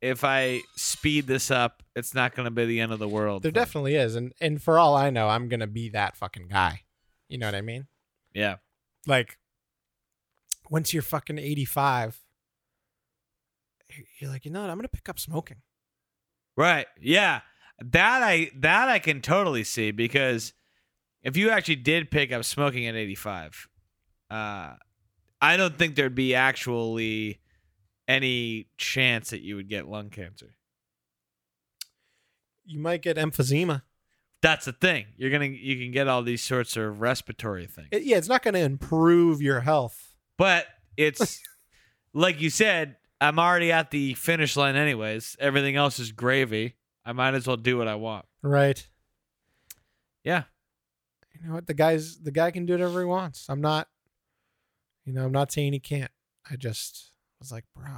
[SPEAKER 3] if I speed this up, it's not going to be the end of the world.
[SPEAKER 2] There
[SPEAKER 3] thing.
[SPEAKER 2] definitely is. And and for all I know, I'm gonna be that fucking guy. You know what I mean?
[SPEAKER 3] Yeah.
[SPEAKER 2] Like once you're fucking 85, you're like, you know what, I'm gonna pick up smoking.
[SPEAKER 3] Right. Yeah. That I that I can totally see because if you actually did pick up smoking at 85, uh I don't think there'd be actually any chance that you would get lung cancer.
[SPEAKER 2] You might get emphysema.
[SPEAKER 3] That's the thing. You're going to you can get all these sorts of respiratory things.
[SPEAKER 2] It- yeah, it's not gonna improve your health.
[SPEAKER 3] but it's like you said, I'm already at the finish line anyways. Everything else is gravy. I might as well do what I want.
[SPEAKER 2] Right.
[SPEAKER 3] Yeah.
[SPEAKER 2] You know what? The guy's the guy can do whatever he wants. I'm not you know, I'm not saying he can't. I just was like, bro.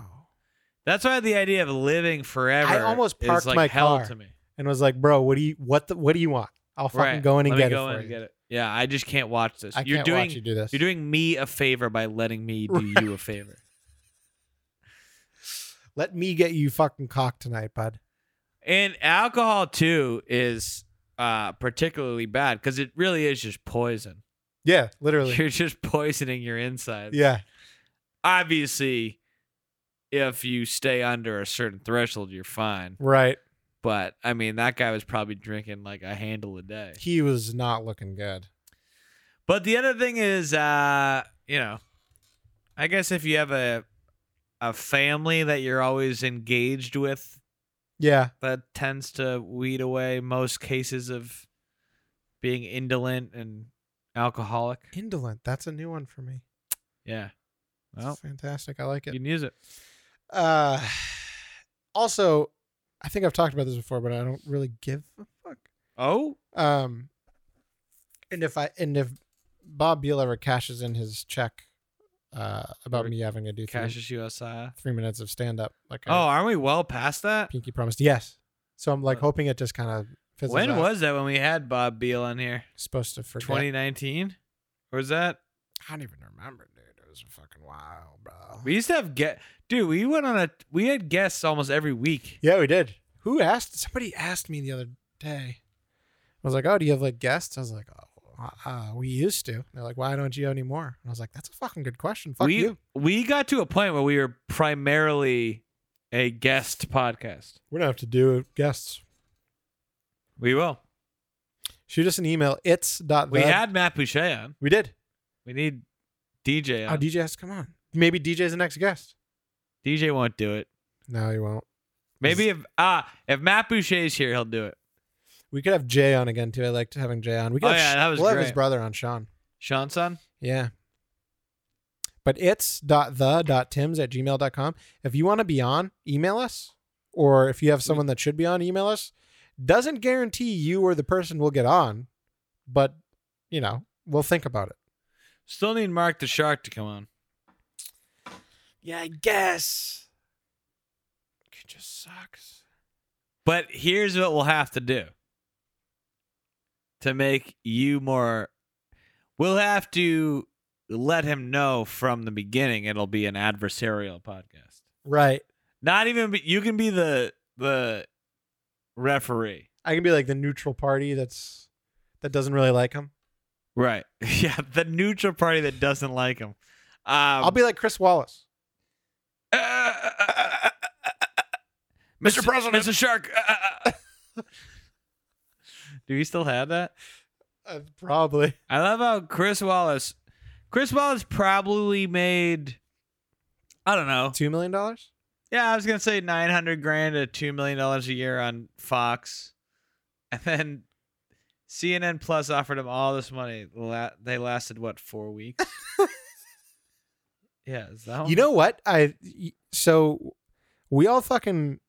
[SPEAKER 3] That's why the idea of living forever
[SPEAKER 2] I almost parked
[SPEAKER 3] is like
[SPEAKER 2] my
[SPEAKER 3] hell
[SPEAKER 2] car.
[SPEAKER 3] to me.
[SPEAKER 2] and was like, "Bro, what do you what the, what do you want? I'll fucking
[SPEAKER 3] right.
[SPEAKER 2] go in and
[SPEAKER 3] Let
[SPEAKER 2] get
[SPEAKER 3] me
[SPEAKER 2] it
[SPEAKER 3] go in
[SPEAKER 2] for
[SPEAKER 3] and
[SPEAKER 2] you.
[SPEAKER 3] get it. Yeah, I just can't watch this.
[SPEAKER 2] I
[SPEAKER 3] you're
[SPEAKER 2] can't
[SPEAKER 3] doing
[SPEAKER 2] watch you do this.
[SPEAKER 3] you're doing me a favor by letting me do you a favor.
[SPEAKER 2] Let me get you fucking cocked tonight, bud."
[SPEAKER 3] And alcohol too is uh, particularly bad because it really is just poison.
[SPEAKER 2] Yeah, literally.
[SPEAKER 3] You're just poisoning your insides.
[SPEAKER 2] yeah,
[SPEAKER 3] Obviously, if you stay under a certain threshold, you're fine.
[SPEAKER 2] right.
[SPEAKER 3] But I mean, that guy was probably drinking like a handle a day.
[SPEAKER 2] He was not looking good.
[SPEAKER 3] But the other thing is, uh, you know, I guess if you have a a family that you're always engaged with,
[SPEAKER 2] Yeah,
[SPEAKER 3] that tends to weed away most cases of being indolent and alcoholic.
[SPEAKER 2] indolent. That's a new one for me.
[SPEAKER 3] Yeah.
[SPEAKER 2] It's
[SPEAKER 3] Well,
[SPEAKER 2] fantastic. I like
[SPEAKER 3] you
[SPEAKER 2] it.
[SPEAKER 3] can use it.
[SPEAKER 2] Uh, also, I think I've talked about this before, but I don't really give a fuck.
[SPEAKER 3] Oh,
[SPEAKER 2] Um, and if I and if Bob Beal ever cashes in his check uh, about
[SPEAKER 3] Or
[SPEAKER 2] me having to do three,
[SPEAKER 3] Cassius USI.
[SPEAKER 2] three minutes of stand up, like
[SPEAKER 3] Oh,
[SPEAKER 2] I
[SPEAKER 3] aren't we well past that?
[SPEAKER 2] Pinky promised. Yes. So I'm like
[SPEAKER 3] Uh,
[SPEAKER 2] hoping it just kind of fizzles
[SPEAKER 3] When
[SPEAKER 2] out.
[SPEAKER 3] was that when we had Bob Beal on here?
[SPEAKER 2] supposed to forget?
[SPEAKER 3] 2019? Or was that?
[SPEAKER 2] I don't even remember, dude. It was fucking wild, bro.
[SPEAKER 3] We used to have get dude. We went on a we had guests almost every week.
[SPEAKER 2] yeah, we did. Who asked? Somebody asked me the other day. I was like, "Oh, do you have like guests?" I was like, "Oh, uh, we used to." They're like, "Why don't you anymore?" And I was like, "That's a fucking good question. Fuck
[SPEAKER 3] we
[SPEAKER 2] you.
[SPEAKER 3] we got to a point where we were primarily a guest podcast.
[SPEAKER 2] We don't have to do guests."
[SPEAKER 3] We will.
[SPEAKER 2] Shoot us an email. It's dot.
[SPEAKER 3] We
[SPEAKER 2] the-
[SPEAKER 3] had Matt Boucher on.
[SPEAKER 2] We did.
[SPEAKER 3] We need DJ
[SPEAKER 2] Oh,
[SPEAKER 3] on.
[SPEAKER 2] DJ has to come on. Maybe DJ's the next guest.
[SPEAKER 3] DJ won't do it.
[SPEAKER 2] No, he won't.
[SPEAKER 3] Maybe if ah if Matt Boucher is here, he'll do it.
[SPEAKER 2] We could have Jay on again too. I liked having Jay on. We could
[SPEAKER 3] Oh,
[SPEAKER 2] have
[SPEAKER 3] yeah,
[SPEAKER 2] Sh-
[SPEAKER 3] that was
[SPEAKER 2] we'll have his
[SPEAKER 3] great.
[SPEAKER 2] brother on Sean.
[SPEAKER 3] Sean's on.
[SPEAKER 2] Yeah. But it's dot the dot tims at gmail.com. If you want to be on, email us. Or if you have someone that should be on, email us. Doesn't guarantee you or the person will get on, but you know, we'll think about it.
[SPEAKER 3] Still need Mark the Shark to come on.
[SPEAKER 5] Yeah, I guess.
[SPEAKER 2] It just sucks.
[SPEAKER 3] But here's what we'll have to do to make you more. We'll have to let him know from the beginning it'll be an adversarial podcast.
[SPEAKER 2] Right.
[SPEAKER 3] Not even be, you can be the the referee.
[SPEAKER 2] I can be like the neutral party that's that doesn't really like him.
[SPEAKER 3] Right. Yeah, the neutral party that doesn't like him. Um,
[SPEAKER 2] I'll be like Chris Wallace.
[SPEAKER 3] Mr. President, Mr. Shark. uh, uh, uh. Do you still have that?
[SPEAKER 2] Uh, probably.
[SPEAKER 3] I love how Chris Wallace. Chris Wallace probably made. I don't know.
[SPEAKER 2] $2 million?
[SPEAKER 3] Yeah, I was gonna say nine hundred grand to two million dollars a year on Fox, and then CNN Plus offered him all this money. La- they lasted what four weeks? yeah, is that
[SPEAKER 2] You know what? I y- so we all fucking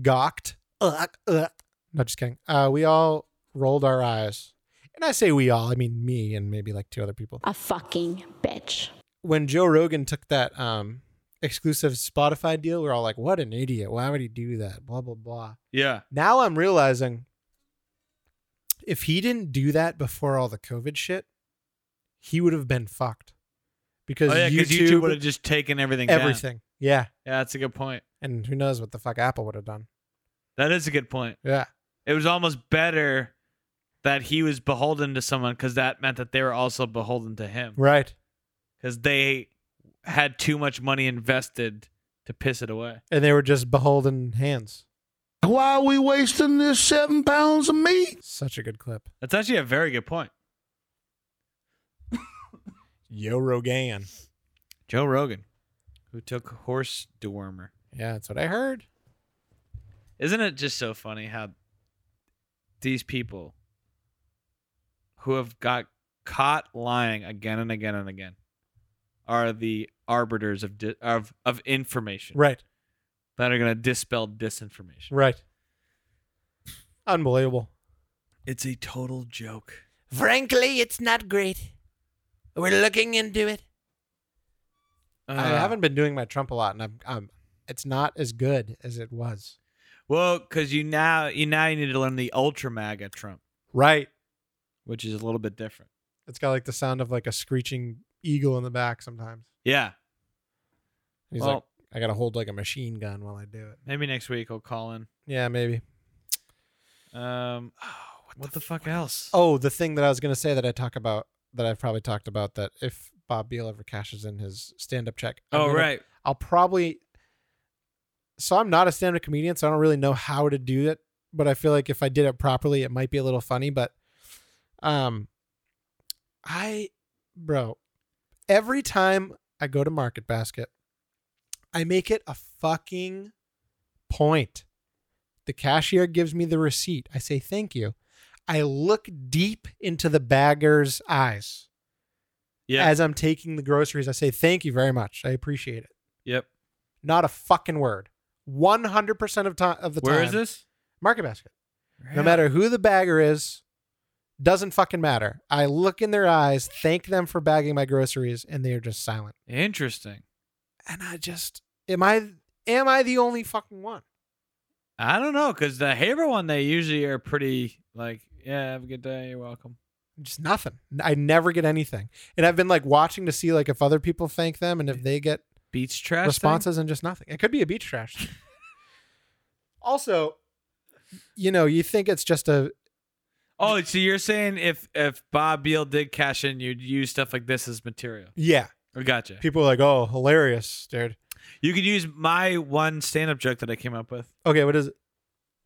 [SPEAKER 2] gawked. Ugh, ugh. No, just kidding. Uh, we all rolled our eyes, and I say we all. I mean me and maybe like two other people.
[SPEAKER 6] A fucking bitch.
[SPEAKER 2] When Joe Rogan took that um exclusive Spotify deal, we we're all like, "What an idiot! Why would he do that?" Blah blah blah.
[SPEAKER 3] yeah,
[SPEAKER 2] Now I'm realizing if he didn't do that before all the COVID shit, he would have been fucked because
[SPEAKER 3] oh yeah, because
[SPEAKER 2] YouTube,
[SPEAKER 3] YouTube would have just taken everything. down.
[SPEAKER 2] everything. Yeah,
[SPEAKER 3] Yeah, that's a good point.
[SPEAKER 2] and who knows what the fuck Apple would have done.
[SPEAKER 3] That is a good point.
[SPEAKER 2] Yeah,
[SPEAKER 3] It was almost better that he was beholden to someone because that meant that they were also beholden to him
[SPEAKER 2] right.
[SPEAKER 3] because they had too much money invested to piss it away.
[SPEAKER 2] And they were just beholden hands.
[SPEAKER 1] Why are we wasting this seven pounds of meat?
[SPEAKER 2] Such a good clip.
[SPEAKER 3] That's actually a very good point.
[SPEAKER 2] Yo Rogan.
[SPEAKER 3] Joe Rogan, who took horse dewormer.
[SPEAKER 2] Yeah, that's what I heard.
[SPEAKER 3] Isn't it just so funny how these people who have got caught lying again and again and again are the arbiters of di- of of information
[SPEAKER 2] Right,
[SPEAKER 3] that are going to dispel disinformation.
[SPEAKER 2] right. Unbelievable.
[SPEAKER 3] It's a total joke.
[SPEAKER 5] Frankly, it's not great. We're looking into it.
[SPEAKER 2] I haven't been doing my Trump a lot, and I'm, I'm. It's not as good as it was.
[SPEAKER 3] Well, because you now you now you need to learn the ultra MAGA Trump,
[SPEAKER 2] Right.
[SPEAKER 3] which is a little bit different.
[SPEAKER 2] It's got like the sound of like a screeching eagle in the back sometimes.
[SPEAKER 3] Yeah.
[SPEAKER 2] He's
[SPEAKER 3] well,
[SPEAKER 2] like, I gotta hold like a machine gun while I do it.
[SPEAKER 3] maybe next week I'll call in.
[SPEAKER 2] Yeah, maybe.
[SPEAKER 3] Um, what, the, fuck else?
[SPEAKER 2] Oh, the thing that I was gonna say that I talk about that I've probably talked about that if Bob Beal ever cashes in his stand-up check. I'm
[SPEAKER 3] oh
[SPEAKER 2] gonna-
[SPEAKER 3] right.
[SPEAKER 2] I'll probably. So I'm not a stand-up comedian, so I don't really know how to do it. But I feel like if I did it properly, it might be a little funny. But, um, I, bro, every time I go to Market Basket, I make it a fucking point. The cashier gives me the receipt. I say thank you. I look deep into the bagger's eyes
[SPEAKER 3] Yeah.
[SPEAKER 2] as I'm taking the groceries. I say thank you very much. I appreciate it.
[SPEAKER 3] yep.
[SPEAKER 2] Not a fucking word. 100% of, time, of the time.
[SPEAKER 3] Where is this?
[SPEAKER 2] Market basket. No matter who the bagger is, doesn't fucking matter. I look in their eyes, thank them for bagging my groceries, and they are just silent.
[SPEAKER 3] Interesting.
[SPEAKER 2] And I just, am I, am I the only fucking one?
[SPEAKER 3] I don't know because the Haber one they usually are pretty like yeah have a good day you're welcome.
[SPEAKER 2] Just nothing. I never get anything. And I've been like watching to see like if other people thank them and if they get
[SPEAKER 3] Beats trash thing?
[SPEAKER 2] responses and just nothing. It could be a beach trash. also, you know, you think it's just a
[SPEAKER 3] Oh, so you're saying if if Bob Beal did cash in, you'd use stuff like this as material?
[SPEAKER 2] yeah.
[SPEAKER 3] I gotcha.
[SPEAKER 2] People are like, oh, hilarious, dude.
[SPEAKER 3] You could use my one stand-up joke that I came up with.
[SPEAKER 2] Okay, what is it?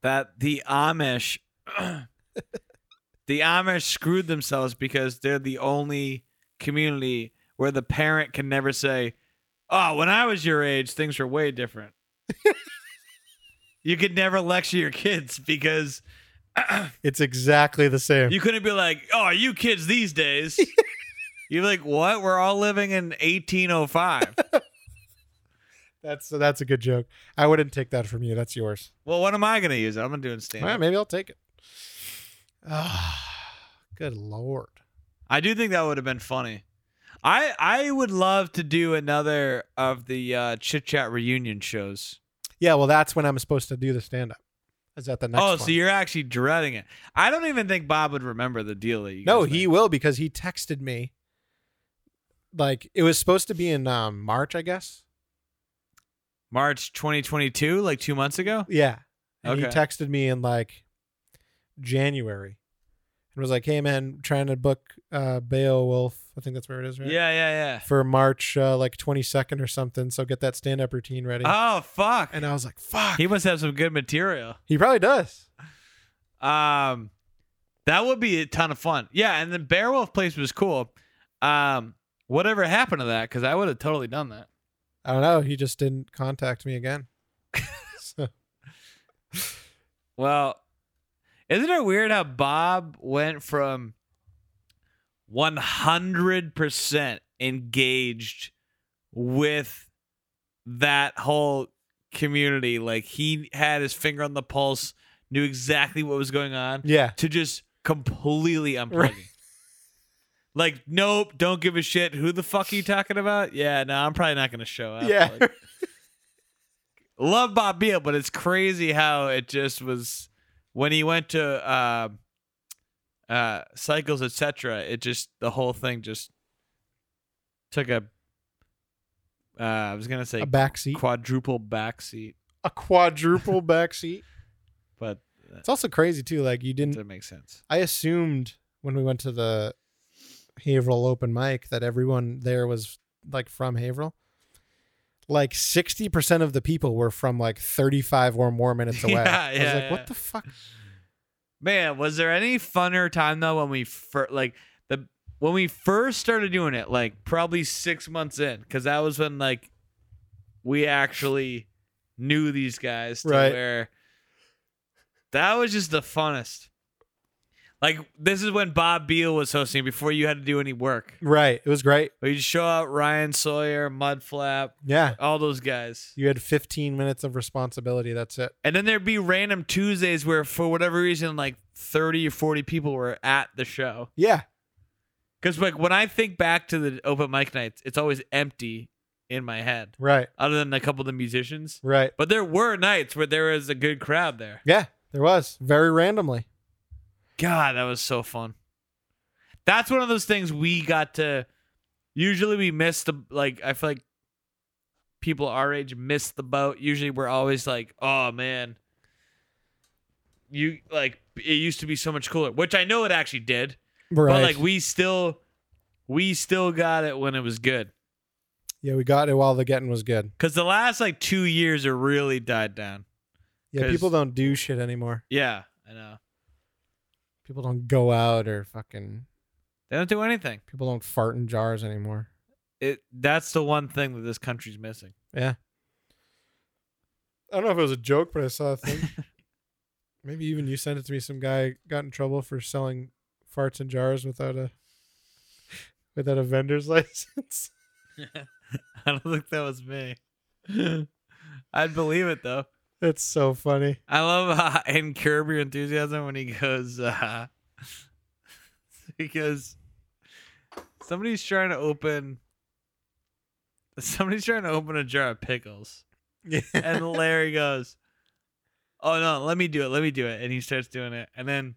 [SPEAKER 3] that the Amish the Amish screwed themselves because they're the only community where the parent can never say, "Oh, when I was your age, things were way different." you could never lecture your kids because
[SPEAKER 2] It's exactly the same.
[SPEAKER 3] you couldn't be like, "Oh, are you kids these days?" You're like, "What? We're all living in 1805."
[SPEAKER 2] that's that's a good joke. I wouldn't take that from you. That's yours.
[SPEAKER 3] well, what am I going to use? I'm going to do stand
[SPEAKER 2] All right, maybe I'll take it. Ah, good lord.
[SPEAKER 3] I do think that would have been funny. I I would love to do another of the uh, chit chat reunion shows.
[SPEAKER 2] Yeah, well, that's when I'm supposed to do the stand up. Is that the next
[SPEAKER 3] oh,
[SPEAKER 2] one?
[SPEAKER 3] so you're actually dreading it? I don't even think Bob would remember the deal that you.
[SPEAKER 2] No,
[SPEAKER 3] guys
[SPEAKER 2] he
[SPEAKER 3] made.
[SPEAKER 2] will because he texted me. Like it was supposed to be in um, March, I guess.
[SPEAKER 3] March 2022, like two months ago.
[SPEAKER 2] Yeah. And he
[SPEAKER 3] Okay.
[SPEAKER 2] texted me in like January. and was like, "Hey man, trying to book uh, Beowulf. I think that's where it is, right?
[SPEAKER 3] Yeah, yeah,
[SPEAKER 2] For March uh, like 22nd or something. So get that stand up routine ready."
[SPEAKER 3] yeah. Oh fuck.
[SPEAKER 2] and uh, I was like, "Fuck."
[SPEAKER 3] He must have some good material.
[SPEAKER 2] He probably does.
[SPEAKER 3] Um, that would be a ton of fun. Yeah, and the Beowulf place was cool. Um, whatever happened to that? Because I would have totally done that.
[SPEAKER 2] I don't know. He just didn't contact me again. So-
[SPEAKER 3] Well, isn't it weird how Bob went from 100% engaged with that whole community? Like he had his finger on the pulse, knew exactly what was going on,
[SPEAKER 2] yeah.
[SPEAKER 3] to just completely unplugging.
[SPEAKER 2] Right.
[SPEAKER 3] Like, nope, don't give a shit. Who the fuck are you talking about? Yeah, no, I'm probably not going to show up.
[SPEAKER 2] Yeah.
[SPEAKER 3] Like, love Bob Beal, but it's crazy how it just was when he went to uh, uh, Cycles, etc. It just the whole thing just took a. Uh, I was gonna say
[SPEAKER 2] A backseat.
[SPEAKER 3] quadruple backseat,
[SPEAKER 2] A quadruple backseat.
[SPEAKER 3] but
[SPEAKER 2] It's also crazy too. Like you
[SPEAKER 3] it
[SPEAKER 2] didn't
[SPEAKER 3] didn't make sense.
[SPEAKER 2] I assumed when we went to the Haverhill open mic that everyone there was like from Haverhill. Like sixty percent of the people were from like thirty-five or more minutes away.
[SPEAKER 3] Yeah,
[SPEAKER 2] I was
[SPEAKER 3] yeah,
[SPEAKER 2] like,
[SPEAKER 3] yeah.
[SPEAKER 2] "What the fuck?"
[SPEAKER 3] Man, was there any funner time though when we first like the when we first started doing it, like probably six months in, because that was when like we actually knew these guys to
[SPEAKER 2] Right.
[SPEAKER 3] where that was just the funnest. Like this is when Bob Beal was hosting before you had to do any work.
[SPEAKER 2] Right? It was great.
[SPEAKER 3] But you show out Ryan Sawyer, Mudflap,
[SPEAKER 2] Yeah,
[SPEAKER 3] all those guys.
[SPEAKER 2] you had fifteen minutes of responsibility. That's it.
[SPEAKER 3] And then there'd be random Tuesdays where for whatever reason like 30 or 40 people were at the show.
[SPEAKER 2] Yeah,
[SPEAKER 3] Because like when I think back to the open mic nights, it's always empty in my head,
[SPEAKER 2] right,
[SPEAKER 3] other than a couple of the musicians.
[SPEAKER 2] right.
[SPEAKER 3] But there were nights where there was a good crowd there.
[SPEAKER 2] Yeah, there was very randomly.
[SPEAKER 3] God, that was so fun. That's one of those things we got to. Usually we miss the like. I feel like people our age miss the boat. Usually we're always like, oh man, you like it used to be so much cooler, which I know it actually did.
[SPEAKER 2] Right.
[SPEAKER 3] But like we still we still got it when it was good.
[SPEAKER 2] yeah, we got it while the getting was good.
[SPEAKER 3] Cuz the last like 2 years are really died down.
[SPEAKER 2] Yeah,
[SPEAKER 3] 'Cause-
[SPEAKER 2] people don't do shit anymore.
[SPEAKER 3] Yeah, I know.
[SPEAKER 2] People don't go out or fucking.
[SPEAKER 3] They don't do anything.
[SPEAKER 2] People don't fart in jars anymore.
[SPEAKER 3] It that's the one thing that this country's missing.
[SPEAKER 2] Yeah. I don't know if it was a joke, but I saw a thing. Maybe even you sent it to me. Some guy got in trouble for selling farts in jars without a without a vendor's license.
[SPEAKER 3] I don't think that was me. I'd believe it though.
[SPEAKER 2] That's so funny.
[SPEAKER 3] I love uh, in Curb Your Enthusiasm when he goes, uh, he goes, somebody's trying to open, somebody's trying to open a jar of pickles. and Larry goes, oh no, let me do it, let me do it. And he starts doing it. And then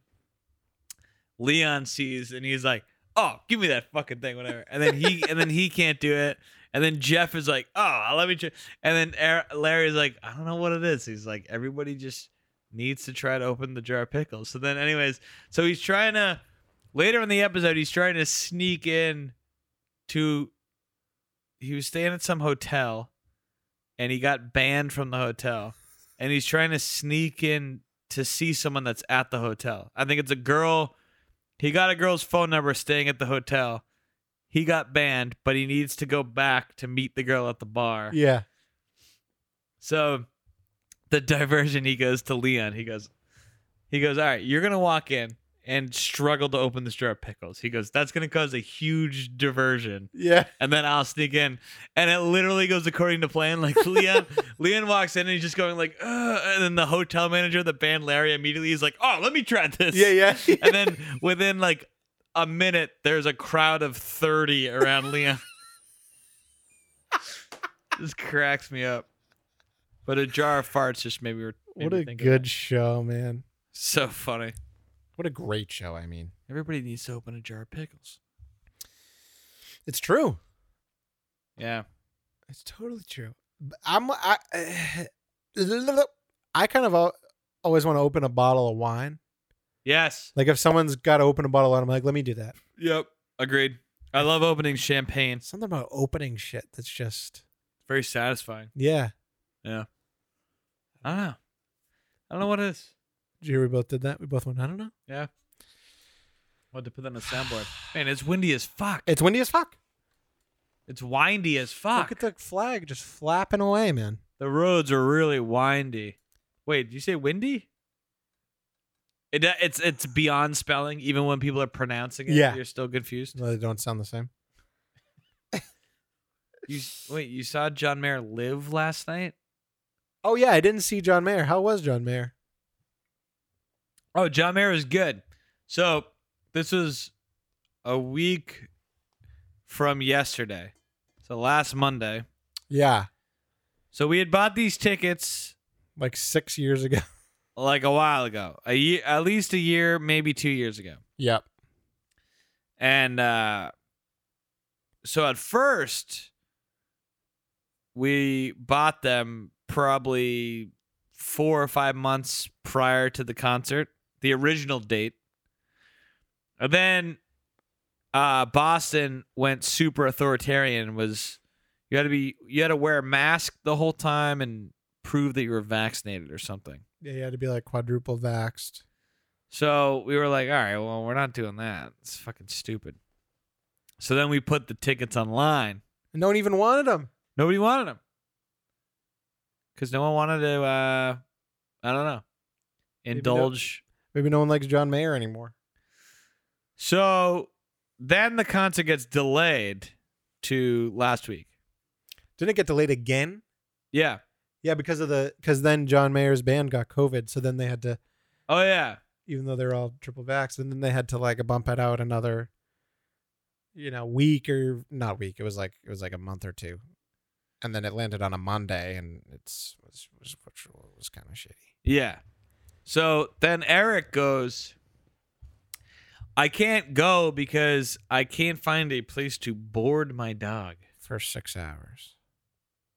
[SPEAKER 3] Leon sees and he's like, oh, give me that fucking thing, whatever. And then he, and then he can't do it. And then Jeff is like, "Oh, let me try." And then Ar- Larry's like, "I don't know what it is." He's like, "Everybody just needs to try to open the jar of pickles." So then, anyways, so he's trying to later in the episode, he's trying to sneak in to. He was staying at some hotel, and he got banned from the hotel, and he's trying to sneak in to see someone that's at the hotel. I think it's a girl. He got a girl's phone number staying at the hotel he got banned, but he needs to go back to meet the girl at the bar.
[SPEAKER 2] Yeah.
[SPEAKER 3] So the diversion he goes to Leon. He goes he goes, "All right, you're going to walk in and struggle to open the jar of pickles." He goes, "That's going to cause a huge diversion."
[SPEAKER 2] Yeah.
[SPEAKER 3] And then I'll sneak in. And it literally goes according to plan. Like Leon Leon walks in and he's just going like, Ugh. and then the hotel manager, the band Larry immediately is like, "Oh, let me try this."
[SPEAKER 2] Yeah. Yeah.
[SPEAKER 3] and then within like a minute, there's a crowd of 30 around Leon. this cracks me up. But a jar of farts just made me. made
[SPEAKER 2] what
[SPEAKER 3] me
[SPEAKER 2] a
[SPEAKER 3] think of
[SPEAKER 2] good
[SPEAKER 3] that.
[SPEAKER 2] show, man.
[SPEAKER 3] So funny.
[SPEAKER 2] What a great show, I mean.
[SPEAKER 3] Everybody needs to open a jar of pickles.
[SPEAKER 2] It's true.
[SPEAKER 3] Yeah.
[SPEAKER 2] It's totally true. B- I'm I I kind of al- always want to open a bottle of wine.
[SPEAKER 3] Yes.
[SPEAKER 2] Like if someone's got to open a bottle and I'm like, let me do that.
[SPEAKER 3] Yep. Agreed. I love opening champagne.
[SPEAKER 2] Something about opening shit that's just
[SPEAKER 3] Very satisfying.
[SPEAKER 2] yeah.
[SPEAKER 3] Yeah. I don't know. I don't know what it is.
[SPEAKER 2] Did you hear we both did that? We both went, I don't know.
[SPEAKER 3] Yeah. What to put that on the soundboard? Man, it's windy as fuck.
[SPEAKER 2] It's windy as fuck.
[SPEAKER 3] It's windy as fuck.
[SPEAKER 2] Look at the flag just flapping away, man.
[SPEAKER 3] The roads are really windy. Wait, did you say windy? It, uh, it's it's beyond spelling. Even when people are pronouncing it,
[SPEAKER 2] Yeah.
[SPEAKER 3] you're still confused.
[SPEAKER 2] No, they don't sound the same.
[SPEAKER 3] You wait. You saw John Mayer live last night?
[SPEAKER 2] Oh yeah, I didn't see John Mayer. How was John Mayer?
[SPEAKER 3] Oh, John Mayer is good. So this was a week from yesterday. So last Monday.
[SPEAKER 2] Yeah,
[SPEAKER 3] So we had bought these tickets
[SPEAKER 2] like six years ago.
[SPEAKER 3] like a while ago, a year, at least a year, maybe two years ago.
[SPEAKER 2] yep.
[SPEAKER 3] And uh, so at first, we bought them probably four or five months prior to the concert, the original date. And then uh, Boston went super authoritarian. Was you had to be you had to wear a mask the whole time and prove that you were vaccinated or something.
[SPEAKER 2] Yeah, you had to be like quadruple vaxxed.
[SPEAKER 3] So we were like, all right, well, we're not doing that. It's fucking stupid. So then we put the tickets online.
[SPEAKER 2] And no one even wanted them.
[SPEAKER 3] Nobody wanted them because no one wanted to. Uh, I don't know,
[SPEAKER 2] Maybe
[SPEAKER 3] indulge.
[SPEAKER 2] Maybe no one likes John Mayer anymore.
[SPEAKER 3] So then the concert gets delayed to last week.
[SPEAKER 2] Didn't it get delayed again?
[SPEAKER 3] Yeah.
[SPEAKER 2] Yeah, because of the because then John Mayer's band got COVID, so then they had to,
[SPEAKER 3] Oh yeah.
[SPEAKER 2] even though they're all triple vaxxed, and then they had to like bump it out another, you know, week or not week. It was like it was like a month or two, and then it landed on a Monday, and it's was was, was kind of shitty.
[SPEAKER 3] Yeah. So then Eric goes, I can't go because I can't find a place to board my dog.
[SPEAKER 2] for six hours.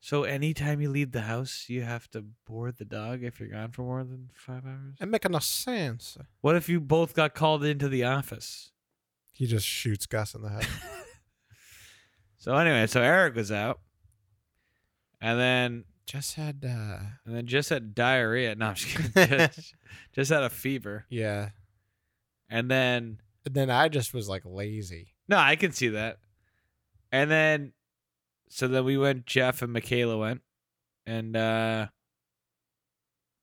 [SPEAKER 3] So anytime you leave the house, you have to board the dog if you're gone for more than five hours.
[SPEAKER 2] It making no sense.
[SPEAKER 3] What if you both got called into the office?
[SPEAKER 2] He just shoots Gus in the head.
[SPEAKER 3] So anyway, so Eric was out, and then
[SPEAKER 2] just had, uh,
[SPEAKER 3] and then just had diarrhea. No, I'm just kidding. just, just had a fever,
[SPEAKER 2] yeah.
[SPEAKER 3] and then
[SPEAKER 2] And then I just was like lazy.
[SPEAKER 3] no, I can see that. And then, so then we went. Jeff and Michaela went, and uh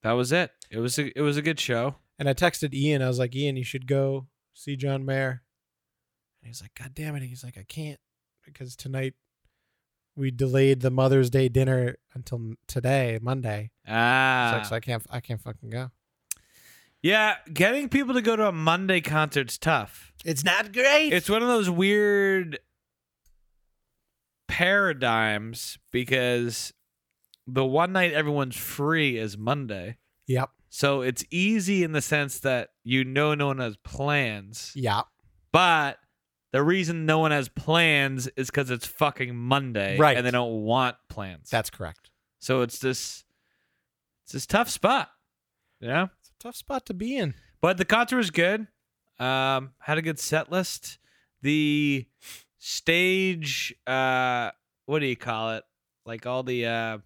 [SPEAKER 3] that was it. It was a, it was a good show.
[SPEAKER 2] And I texted Ian. I was like, Ian, you should go see John Mayer. And he's like, God damn it. He's like, I can't because tonight we delayed the Mother's Day dinner until m- today, Monday.
[SPEAKER 3] Ah,
[SPEAKER 2] So it's like, I can't, I can't fucking go.
[SPEAKER 3] Yeah, getting people to go to a Monday concert's tough.
[SPEAKER 5] It's not great.
[SPEAKER 3] It's one of those weird paradigms because the one night everyone's free is Monday.
[SPEAKER 2] Yep.
[SPEAKER 3] So it's easy in the sense that you know no one has plans.
[SPEAKER 2] Yep.
[SPEAKER 3] But the reason no one has plans is because it's fucking Monday.
[SPEAKER 2] Right.
[SPEAKER 3] And they don't want plans.
[SPEAKER 2] That's correct.
[SPEAKER 3] so it's this it's this tough spot. Yeah.
[SPEAKER 2] It's a tough spot to be in.
[SPEAKER 3] But the concert was good. Um, had a good set list. The stage, uh, what do you call it? Like all the, uh,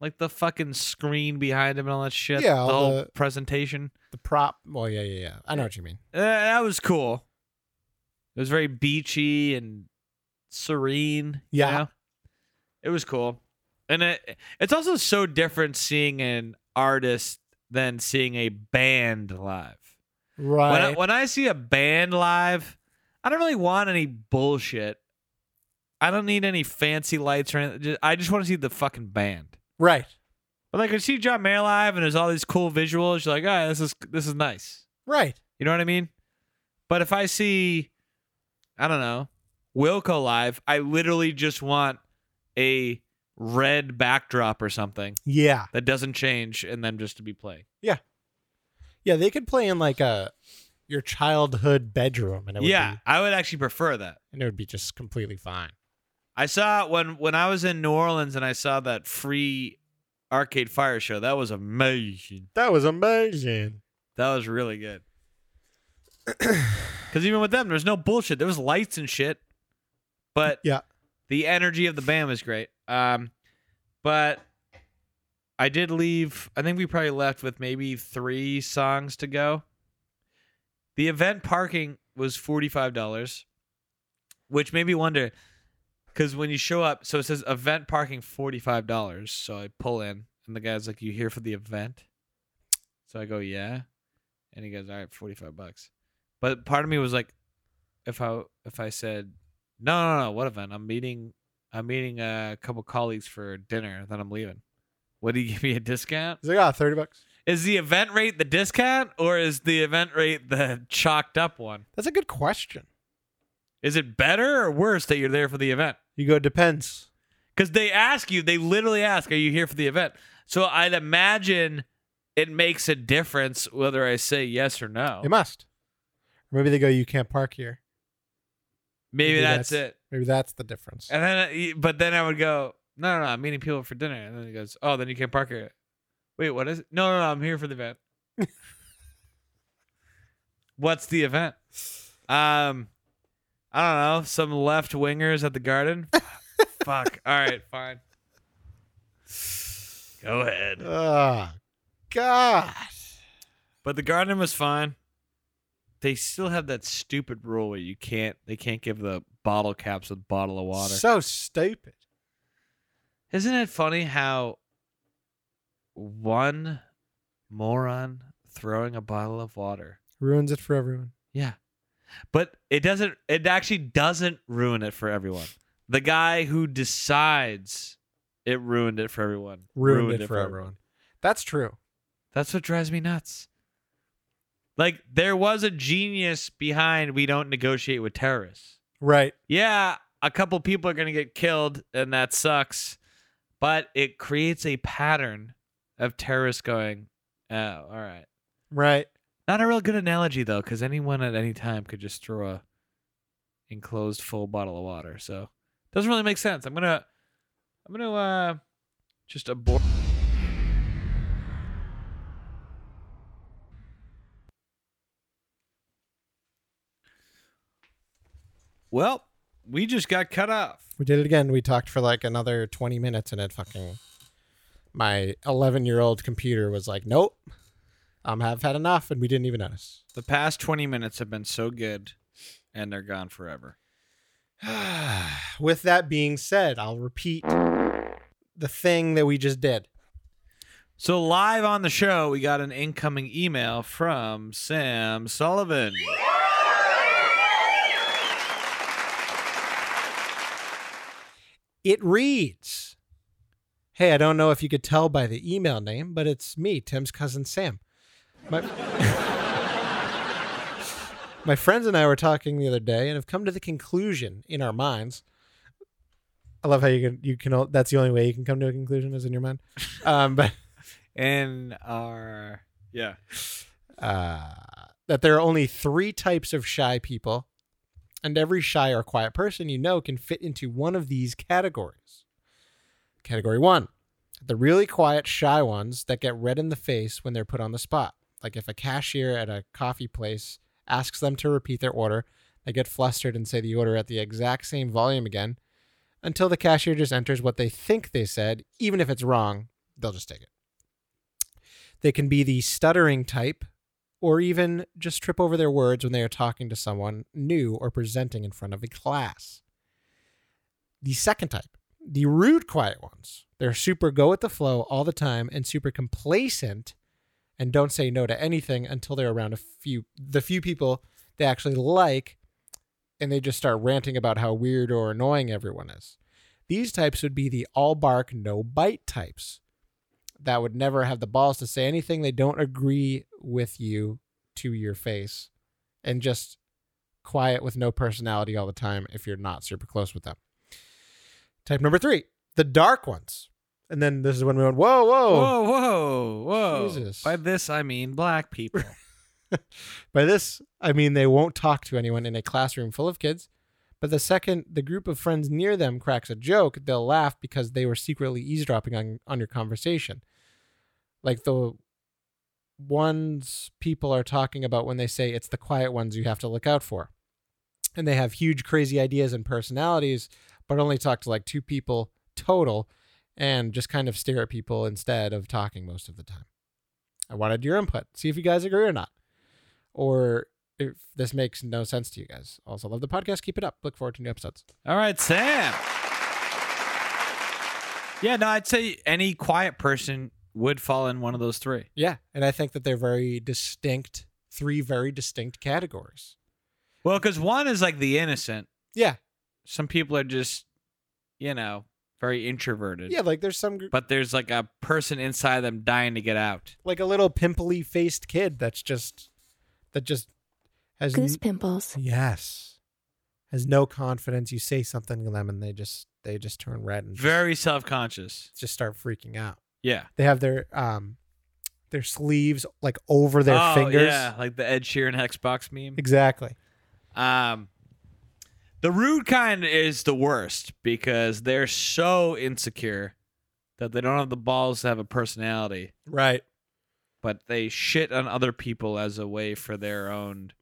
[SPEAKER 3] like the fucking screen behind him and all that shit.
[SPEAKER 2] Yeah,
[SPEAKER 3] the
[SPEAKER 2] all
[SPEAKER 3] whole
[SPEAKER 2] the-
[SPEAKER 3] presentation.
[SPEAKER 2] The prop. Well, yeah, yeah, yeah. I know what you mean.
[SPEAKER 3] Uh, that was cool. It was very beachy and serene. you
[SPEAKER 2] Yeah.
[SPEAKER 3] know? it was cool, and it it's also so different seeing an artist than seeing a band live.
[SPEAKER 2] Right.
[SPEAKER 3] When I, when I see a band live, I don't really want any bullshit. I don't need any fancy lights or anything. Ju- I just want to see the fucking band.
[SPEAKER 2] right.
[SPEAKER 3] But like, I see John Mayer live, and there's all these cool visuals. You're like, ah, this is this is nice.
[SPEAKER 2] Right.
[SPEAKER 3] You know what I mean? But if I see, I don't know, Wilco live, I literally just want a red backdrop or something
[SPEAKER 2] Yeah.
[SPEAKER 3] that doesn't change, and them just to be playing.
[SPEAKER 2] Yeah, they could play in like a your childhood bedroom and it would
[SPEAKER 3] Yeah,
[SPEAKER 2] be
[SPEAKER 3] I would actually prefer that.
[SPEAKER 2] and it would be just completely fine.
[SPEAKER 3] I saw when when I was in New Orleans and I saw that free arcade fire show. That was amazing.
[SPEAKER 2] That was amazing.
[SPEAKER 3] That was really good. Because even with them, there's no bullshit. There was lights and shit, but
[SPEAKER 2] Yeah.
[SPEAKER 3] the energy of the band was great. Um, but I did leave. I think we probably left with maybe three songs to go. The event parking was forty five dollars, which made me wonder, because when you show up, so it says event parking forty five dollars. So I pull in, and the guy's like, "You here for the event?" So I go, "Yeah," and he goes, "All right, forty five bucks." But part of me was like, if I if I said no, no, no. What event? I'm meeting. I'm meeting a couple colleagues for dinner. Then I'm leaving. What do you give me a discount?
[SPEAKER 2] He's like, ah, 30 bucks.
[SPEAKER 3] Is the event rate the discount, or is the event rate the chalked up one?
[SPEAKER 2] That's a good question.
[SPEAKER 3] Is it better or worse that you're there for the event?
[SPEAKER 2] You go, depends.
[SPEAKER 3] Because they ask you, they literally ask, "Are you here for the event?" So I'd imagine it makes a difference whether I say yes or no.
[SPEAKER 2] It must. Or maybe they go, you can't park here.
[SPEAKER 3] Maybe that's it.
[SPEAKER 2] Maybe that's the difference.
[SPEAKER 3] And then, uh, but then I would go, no, no, no, I'm meeting people for dinner. And then he goes, oh, then you can't park here. Wait, what is it? No, no, no, I'm here for the event. What's the event? Um, I don't know. Some left wingers at the garden. Fuck. All right, fine. Go ahead.
[SPEAKER 2] Ah, God.
[SPEAKER 3] But the garden was fine. They still have that stupid rule where you can't. They can't give the bottle caps with bottle of water.
[SPEAKER 2] So stupid.
[SPEAKER 3] Isn't it funny how one moron throwing a bottle of water?
[SPEAKER 2] Ruins it for everyone.
[SPEAKER 3] Yeah. But it doesn't it actually doesn't ruin it for everyone. The guy who decides it ruined it for everyone.
[SPEAKER 2] Ruined, it, for everyone. That's true.
[SPEAKER 3] That's what drives me nuts. Like there was a genius behind we don't negotiate with terrorists
[SPEAKER 2] Right.
[SPEAKER 3] yeah, a couple people are going to get killed and that sucks, but it creates a pattern of terrorists going, oh, all right.
[SPEAKER 2] Right.
[SPEAKER 3] Not a real good analogy though, because anyone at any time could just throw a enclosed full bottle of water. So doesn't really make sense. I'm gonna, I'm gonna uh, just abort. Well, we just got cut off.
[SPEAKER 2] We did it again. We talked for like another 20 minutes and it fucking. My 11 year old computer was like, nope, um, I've had enough. And we didn't even notice.
[SPEAKER 3] The past 20 minutes have been so good, and they're gone forever.
[SPEAKER 2] With that being said, I'll repeat the thing that we just did.
[SPEAKER 3] So, live on the show, we got an incoming email from Sam Sullivan.
[SPEAKER 2] It reads Hey, I don't know if you could tell by the email name, but it's me, Tim's cousin Sam. My, my friends and I were talking the other day and have come to the conclusion in our minds. I love how you can, you can, that's the only way you can come to a conclusion is in your mind. Um, but
[SPEAKER 3] And our. Yeah.
[SPEAKER 2] uh, that there are only three types of shy people, and every shy or quiet person you know can fit into one of these categories. Category one the really quiet, shy ones that get red in the face when they're put on the spot. Like if a cashier at a coffee place asks them to repeat their order, they get flustered and say the order at the exact same volume again until the cashier just enters what they think they said. Even if it's wrong, they'll just take it. They can be the stuttering type, or even just trip over their words when they are talking to someone new or presenting in front of a class. The second type, the rude, quiet ones. They're super go with the flow all the time and super complacent and don't say no to anything until they're around a few the few people they actually like and they just start ranting about how weird or annoying everyone is. These types would be the all bark no bite types that would never have the balls to say anything they don't agree with you to your face and just quiet with no personality all the time if you're not super close with them. Type number three, the dark ones. And then this is when we went, whoa, whoa.
[SPEAKER 3] Whoa, whoa, whoa.
[SPEAKER 2] Oh. Jesus.
[SPEAKER 3] By this, I mean black people.
[SPEAKER 2] By this, I mean they won't talk to anyone in a classroom full of kids. But the second the group of friends near them cracks a joke, they'll laugh because they were secretly eavesdropping on, on your conversation. Like the ones people are talking about when they say it's the quiet ones you have to look out for. And they have huge, crazy ideas and personalities, but only talk to like two people total and just kind of stare at people instead of talking most of the time. I wanted your input. See if you guys agree or not. Or if this makes no sense to you guys. Also, love the podcast. Keep it up. Look forward to new episodes.
[SPEAKER 3] All right, Sam. Yeah, no, I'd say any quiet person would fall in one of those three.
[SPEAKER 2] Yeah. And I think that they're very distinct, three very distinct categories.
[SPEAKER 3] Well, because one is like the innocent.
[SPEAKER 2] Yeah.
[SPEAKER 3] Some people are just, you know, very introverted.
[SPEAKER 2] Yeah. Like there's some, gr-
[SPEAKER 3] But there's like a person inside them dying to get out.
[SPEAKER 2] like a little pimply faced kid that's just, that just has.
[SPEAKER 6] Goose pimples.
[SPEAKER 2] Yes. Has no confidence. You say something to them and they just, they just turn red and
[SPEAKER 3] Very self conscious.
[SPEAKER 2] just start freaking out.
[SPEAKER 3] Yeah.
[SPEAKER 2] They have their, um, their sleeves like over their
[SPEAKER 3] Oh,
[SPEAKER 2] fingers.
[SPEAKER 3] Yeah, like the Ed Sheeran Hexbox meme.
[SPEAKER 2] Exactly.
[SPEAKER 3] Um, the rude kind is the worst because they're so insecure that they don't have the balls to have a personality,
[SPEAKER 2] Right.
[SPEAKER 3] but they shit on other people as a way for their own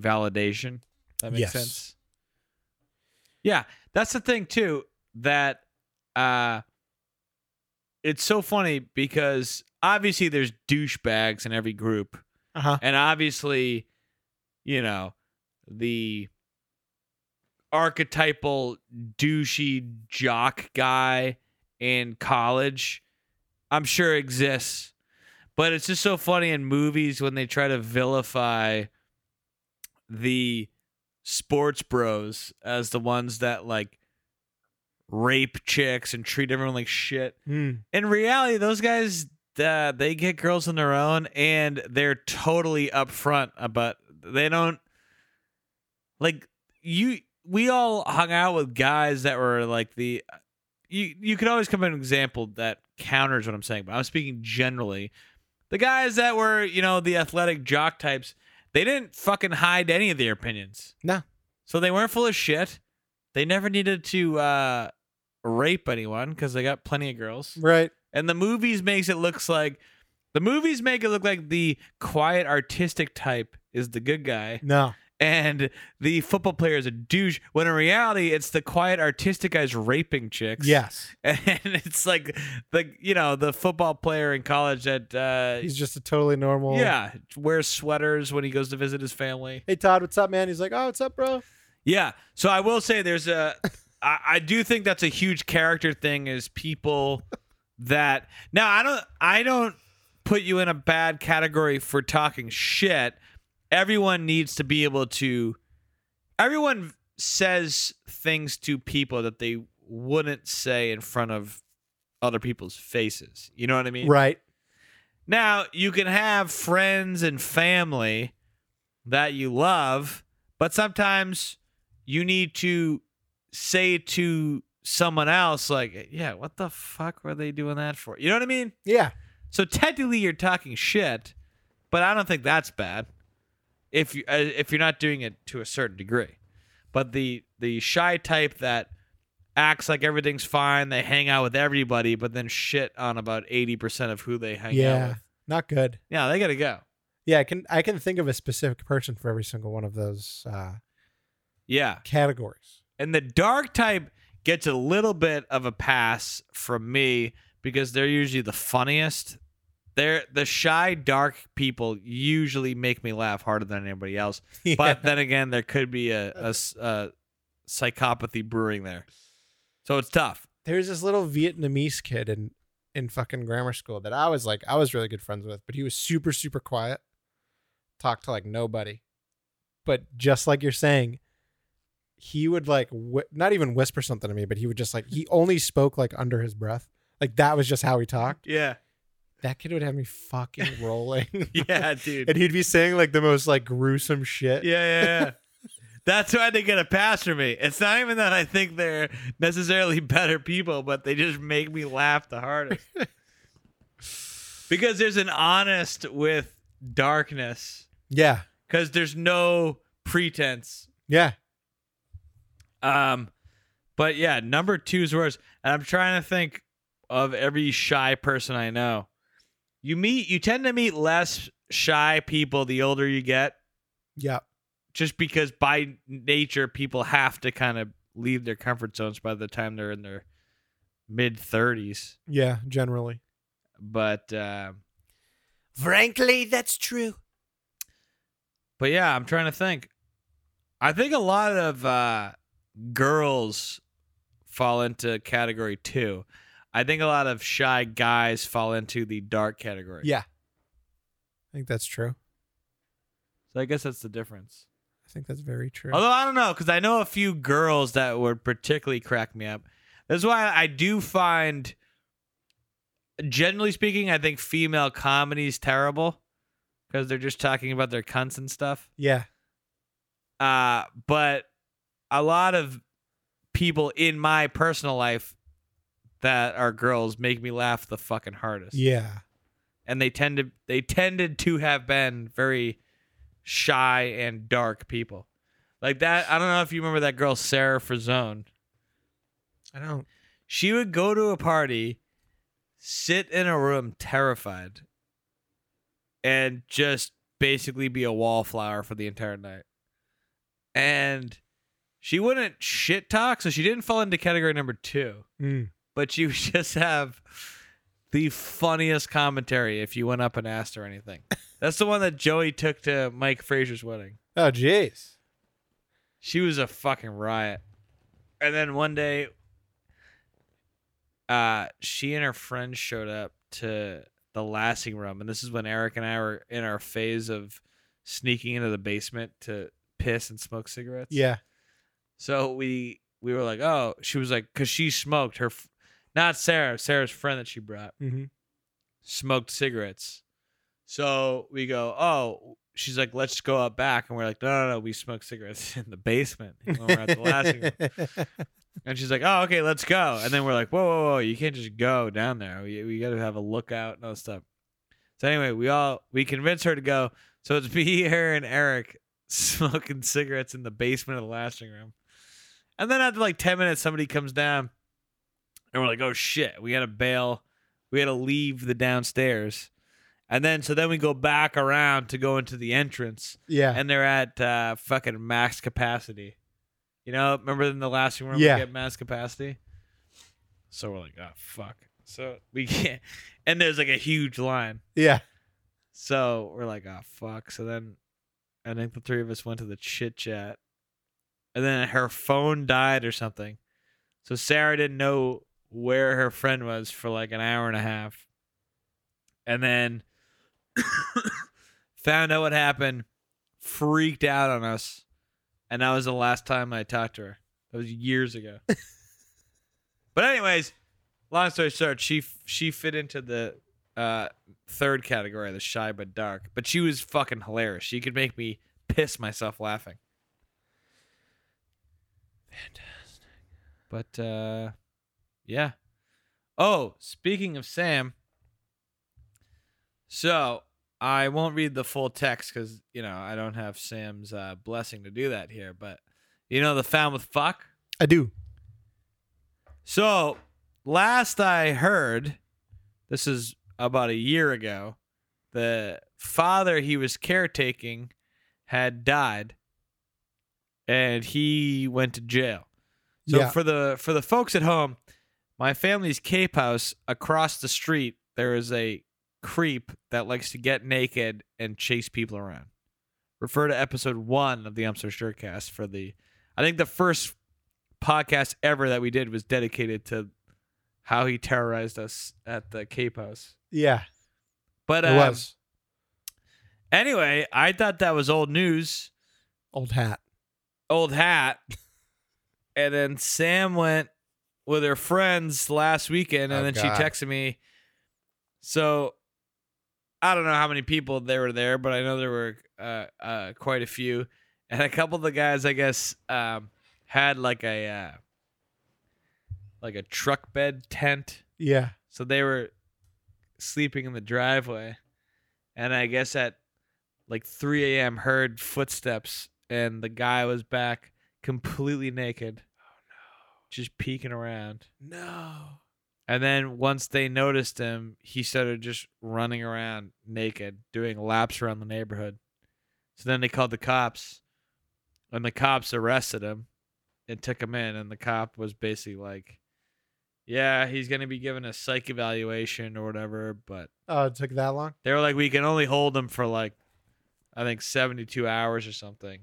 [SPEAKER 3] validation. That makes
[SPEAKER 2] Yes.
[SPEAKER 3] sense. Yeah, that's the thing too that uh it's so funny because obviously there's douchebags in every group
[SPEAKER 2] Uh huh.
[SPEAKER 3] and obviously, you know, the archetypal douchey jock guy in college, I'm sure exists. But it's just so funny in movies when they try to vilify the sports bros as the ones that like rape chicks and treat everyone like shit
[SPEAKER 2] Hmm,
[SPEAKER 3] in reality, those guys uh, they get girls on their own, and they're totally upfront about they don't like you. We all hung out with guys that were like the you. You could always come up with an example that counters what I'm saying, but I'm speaking generally. The guys that were you know the athletic jock types, they didn't fucking hide any of their opinions.
[SPEAKER 2] No.
[SPEAKER 3] So they weren't full of shit. They never needed to uh, rape anyone because they got plenty of girls.
[SPEAKER 2] Right.
[SPEAKER 3] And the movies makes it looks like the movies make it look like the quiet artistic type is the good guy
[SPEAKER 2] No.
[SPEAKER 3] and the football player is a douche when in reality it's the quiet artistic guy's raping chicks.
[SPEAKER 2] Yes.
[SPEAKER 3] And it's like the you know, the football player in college that uh
[SPEAKER 2] He's just a totally normal.
[SPEAKER 3] yeah, wears sweaters when he goes to visit his family.
[SPEAKER 2] Hey Todd, what's up, man? He's like, oh, what's up, bro?
[SPEAKER 3] Yeah. So I will say there's a I, I do think that's a huge character thing is people that now I don't I don't put you in a bad category for talking shit. Everyone needs to be able to everyone says things to people that they wouldn't say in front of other people's faces. You know what I mean?
[SPEAKER 2] Right.
[SPEAKER 3] Now, you can have friends and family that you love, but sometimes you need to say to someone else, like, yeah, what the fuck were they doing that for? You know what I mean?
[SPEAKER 2] Yeah.
[SPEAKER 3] So technically, you're talking shit, but I don't think that's bad if you uh, if you're not doing it to a certain degree. But the the shy type that acts like everything's fine, they hang out with everybody, but then shit on about eighty percent of who they hang out
[SPEAKER 2] yeah.
[SPEAKER 3] with.
[SPEAKER 2] Not good.
[SPEAKER 3] Yeah, they gotta go.
[SPEAKER 2] Yeah, I can I can think of a specific person for every single one of those uh,
[SPEAKER 3] Yeah,
[SPEAKER 2] categories.
[SPEAKER 3] and the dark type gets a little bit of a pass from me because they're usually the funniest. They're the shy, dark people usually make me laugh harder than anybody else. But then again, there could be a, a s- a psychopathy brewing there, so it's tough.
[SPEAKER 2] there's this little Vietnamese kid in in fucking grammar school that I was like I was really good friends with, but he was super super quiet, talked to like nobody. But just like you're saying, he would like whi- not even whisper something to me, but he would just like he only spoke like under his breath. Like that was just how he talked.
[SPEAKER 3] Yeah,
[SPEAKER 2] That kid would have me fucking rolling.
[SPEAKER 3] yeah, dude.
[SPEAKER 2] and he'd be saying like the most like gruesome shit.
[SPEAKER 3] Yeah, yeah, yeah. That's why they get a pass from me. It's not even that I think they're necessarily better people, but they just make me laugh the hardest. because there's an honest with darkness,
[SPEAKER 2] Yeah.
[SPEAKER 3] because there's no pretense.
[SPEAKER 2] Yeah.
[SPEAKER 3] Um, but yeah, number two is worse. And I'm trying to think of every shy person I know. You meet you tend to meet less shy people the older you get,
[SPEAKER 2] Yeah.
[SPEAKER 3] just because by nature people have to kind of leave their comfort zones by the time they're in their mid thirties.
[SPEAKER 2] Yeah. Generally.
[SPEAKER 3] But um
[SPEAKER 5] Frankly, that's true.
[SPEAKER 3] But yeah, I'm trying to think. I think a lot of uh, girls fall into category two. I think a lot of shy guys fall into the dark category.
[SPEAKER 2] Yeah. I think that's true.
[SPEAKER 3] So I guess that's the difference.
[SPEAKER 2] I think that's very true.
[SPEAKER 3] Although I don't know, because I know a few girls that would particularly crack me up. That's why I do find, generally speaking, I think female comedies terrible because they're just talking about their cunts and stuff.
[SPEAKER 2] yeah.
[SPEAKER 3] uh, but a lot of people in my personal life that are girls make me laugh the fucking hardest.
[SPEAKER 2] Yeah.
[SPEAKER 3] And they tend to they tended to have been very shy and dark people. Like that I don't know if you remember that girl Sarah Frazone.
[SPEAKER 2] I don't.
[SPEAKER 3] She would go to a party, sit in a room terrified, and just basically be a wallflower for the entire night. And she wouldn't shit talk, so she didn't fall into category number two,
[SPEAKER 2] Mm.
[SPEAKER 3] but she would just have the funniest commentary if you went up and asked her anything. That's the one that Joey took to Mike Frazier's wedding.
[SPEAKER 2] Oh, jeez.
[SPEAKER 3] She was a fucking riot. And then one day, uh, she and her friends showed up to the Lassing Room, and this is when Eric and I were in our phase of sneaking into the basement to piss and smoke cigarettes.
[SPEAKER 2] Yeah.
[SPEAKER 3] So we we were like, oh, she was like, cause she smoked her, f- not Sarah, Sarah's friend that she brought
[SPEAKER 2] Mm-hmm.
[SPEAKER 3] smoked cigarettes. So we go, oh, she's like, let's go up back. And we're like, no, no, no, we smoke cigarettes in the basement when we're at the last room. And she's like, oh, okay, let's go. And then we're like, whoa, whoa, whoa, you can't just go down there. We, we got to have a lookout and all that stuff. So anyway, we all, we convince her to go. So it's me, her, and Eric smoking cigarettes in the basement of the lasting room. And then after like 10 minutes, somebody comes down and we're like, oh shit, we got to bail we had to leave the downstairs and then so then we go back around to go into the entrance
[SPEAKER 2] Yeah.
[SPEAKER 3] and they're at uh fucking max capacity you know remember in the last room
[SPEAKER 2] Yeah.
[SPEAKER 3] we get max capacity so we're like oh fuck so we can't and there's like a huge line
[SPEAKER 2] yeah.
[SPEAKER 3] so we're like oh fuck so then i think the three of us went to the chit chat and then her phone died or something so sarah didn't know where her friend was for like an hour and a half and then found out what happened freaked out on us and that was the last time i talked to her that was years ago but anyways long story short she she fit into the uh third category the shy but dark but she was fucking hilarious she could make me piss myself laughing fantastic but uh yeah oh speaking of sam so I won't read the full text because you know I don't have Sam's uh, blessing to do that here. But you know the Falmouth fuck.
[SPEAKER 2] I do.
[SPEAKER 3] So last I heard, this is about a year ago. The father he was caretaking had died, and he went to jail. So
[SPEAKER 2] Yeah.
[SPEAKER 3] for the for the folks at home, my family's cape house across the street, there is a creep that likes to get naked and chase people around. Refer to episode one of the I'm So Surecast for the I think the first podcast ever that we did was dedicated to how he terrorized us at the cape house.
[SPEAKER 2] Yeah.
[SPEAKER 3] But
[SPEAKER 2] It
[SPEAKER 3] um,
[SPEAKER 2] was
[SPEAKER 3] anyway, I thought that was old news.
[SPEAKER 2] old hat.
[SPEAKER 3] old hat. And then Sam went with her friends last weekend, and
[SPEAKER 2] Oh,
[SPEAKER 3] then
[SPEAKER 2] God.
[SPEAKER 3] she texted me. So I don't know how many people there were there, but I know there were uh, uh, quite a few. And a couple of the guys, I guess, um, had like a uh, like a truck bed tent.
[SPEAKER 2] Yeah.
[SPEAKER 3] So they were sleeping in the driveway, and I guess at like 3 a.m. heard footsteps, and the guy was back completely naked. Oh no! Just peeking around. No. And then once they noticed him, he started just running around naked, doing laps around the neighborhood. So then they called the cops, and the cops arrested him and took him in. And the cop was basically like, Yeah, he's going to be given a psych evaluation or whatever. But
[SPEAKER 2] Oh, it took that long?
[SPEAKER 3] they were like, We can only hold him for like, I think 72 hours or something.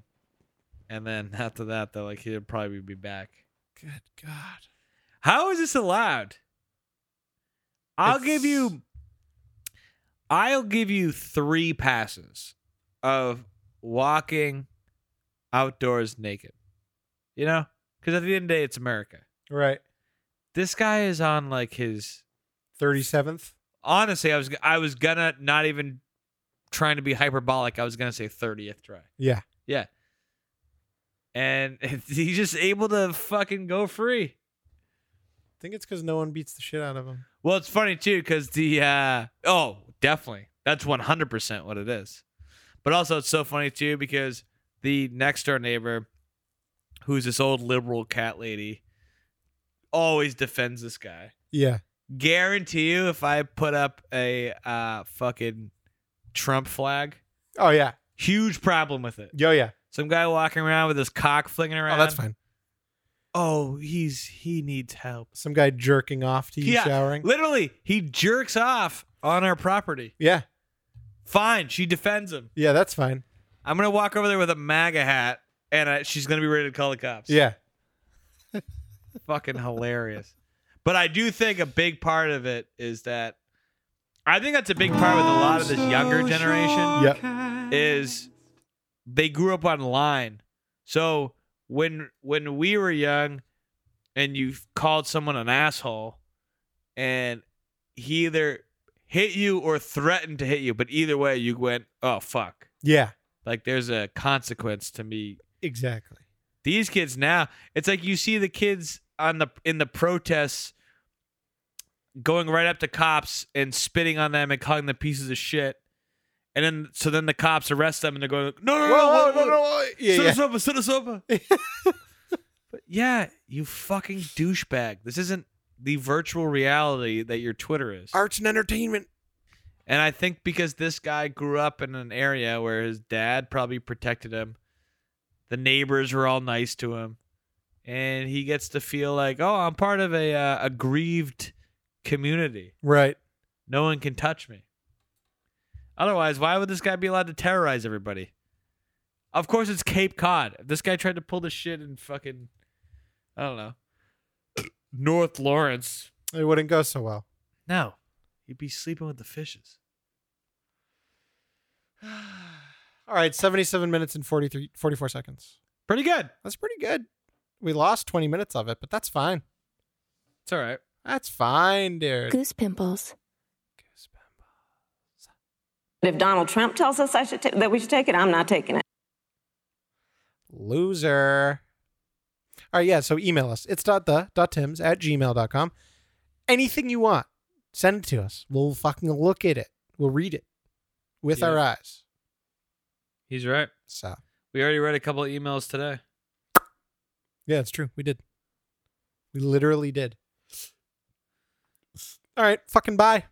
[SPEAKER 3] And then after that, they're like, He'll probably be back.
[SPEAKER 2] Good God.
[SPEAKER 3] How is this allowed? I'll give
[SPEAKER 2] It's-
[SPEAKER 3] you I'll give you 3 passes of walking outdoors naked. You know? Cuz at the end of the day it's America.
[SPEAKER 2] Right.
[SPEAKER 3] This guy is on like his
[SPEAKER 2] 37th?
[SPEAKER 3] Honestly, I was I was gonna not even trying to be hyperbolic. I was gonna say 30th try.
[SPEAKER 2] Yeah.
[SPEAKER 3] Yeah. And he's just able to fucking go free.
[SPEAKER 2] I think it's because no one beats the shit out of him.
[SPEAKER 3] Well, it's funny too because the uh, oh, definitely that's one hundred percent what it is. But also, it's so funny too because the next door neighbor, who's this old liberal cat lady, always defends this guy.
[SPEAKER 2] Yeah.
[SPEAKER 3] Guarantee you, if I put up a uh, fucking Trump flag,
[SPEAKER 2] Oh, yeah.
[SPEAKER 3] huge problem with it.
[SPEAKER 2] Yo, yeah.
[SPEAKER 3] Some guy walking around with his cock flinging around.
[SPEAKER 2] Oh, that's fine.
[SPEAKER 3] Oh, he's he needs help.
[SPEAKER 2] Some guy jerking off to you
[SPEAKER 3] Yeah.
[SPEAKER 2] showering.
[SPEAKER 3] Literally, he jerks off on our property.
[SPEAKER 2] Yeah.
[SPEAKER 3] Fine, she defends him.
[SPEAKER 2] Yeah, that's fine.
[SPEAKER 3] I'm gonna walk over there with a MAGA hat, and I, she's gonna be ready to call the cops.
[SPEAKER 2] Yeah.
[SPEAKER 3] fucking hilarious. But I do think a big part of it is that I think that's a big part with a lot of this younger generation
[SPEAKER 2] Yep.
[SPEAKER 3] is they grew up online. So when when we were young, and you called someone an asshole, and he either hit you or threatened to hit you, but either way, you went, "Oh fuck."
[SPEAKER 2] Yeah.
[SPEAKER 3] Like there's a consequence to me.
[SPEAKER 2] Exactly.
[SPEAKER 3] These kids now, it's like you see the kids on the in the protests going right up to cops and spitting on them and calling them pieces of shit. And then so then the cops arrest them and they're going, No, no, no, no, Oh, no, no, no.
[SPEAKER 2] Yeah,
[SPEAKER 3] sit
[SPEAKER 2] yeah.
[SPEAKER 3] us up, sit us up. but yeah, you fucking douchebag. This isn't the virtual reality that your Twitter is.
[SPEAKER 5] Arts and entertainment.
[SPEAKER 3] And I think because this guy grew up in an area where his dad probably protected him, the neighbors were all nice to him, and he gets to feel like, oh, I'm part of a uh, aggrieved community.
[SPEAKER 2] Right.
[SPEAKER 3] No one can touch me. Otherwise, why would this guy be allowed to terrorize everybody? Of course, it's Cape Cod. If this guy tried to pull this shit in fucking, I don't know, North Lawrence.
[SPEAKER 2] It wouldn't go so well.
[SPEAKER 3] No, he'd be sleeping with the fishes.
[SPEAKER 2] All right. 77 minutes and 43, 44 seconds.
[SPEAKER 3] Pretty good.
[SPEAKER 2] That's pretty good. We lost 20 minutes of it, but that's fine.
[SPEAKER 3] It's all right.
[SPEAKER 2] That's fine, dude.
[SPEAKER 6] Goose pimples.
[SPEAKER 10] If Donald Trump tells us I should ta- that we should take it, I'm not taking it.
[SPEAKER 2] Loser. All right, yeah, so email us. It's dot the dot tims at gmail.com. Anything you want, send it to us. We'll fucking look at it. We'll read it with
[SPEAKER 3] Yeah.
[SPEAKER 2] our eyes.
[SPEAKER 3] He's right.
[SPEAKER 2] So
[SPEAKER 3] We already read a couple of emails today.
[SPEAKER 2] yeah, it's true. We did. We literally did. All right, fucking bye.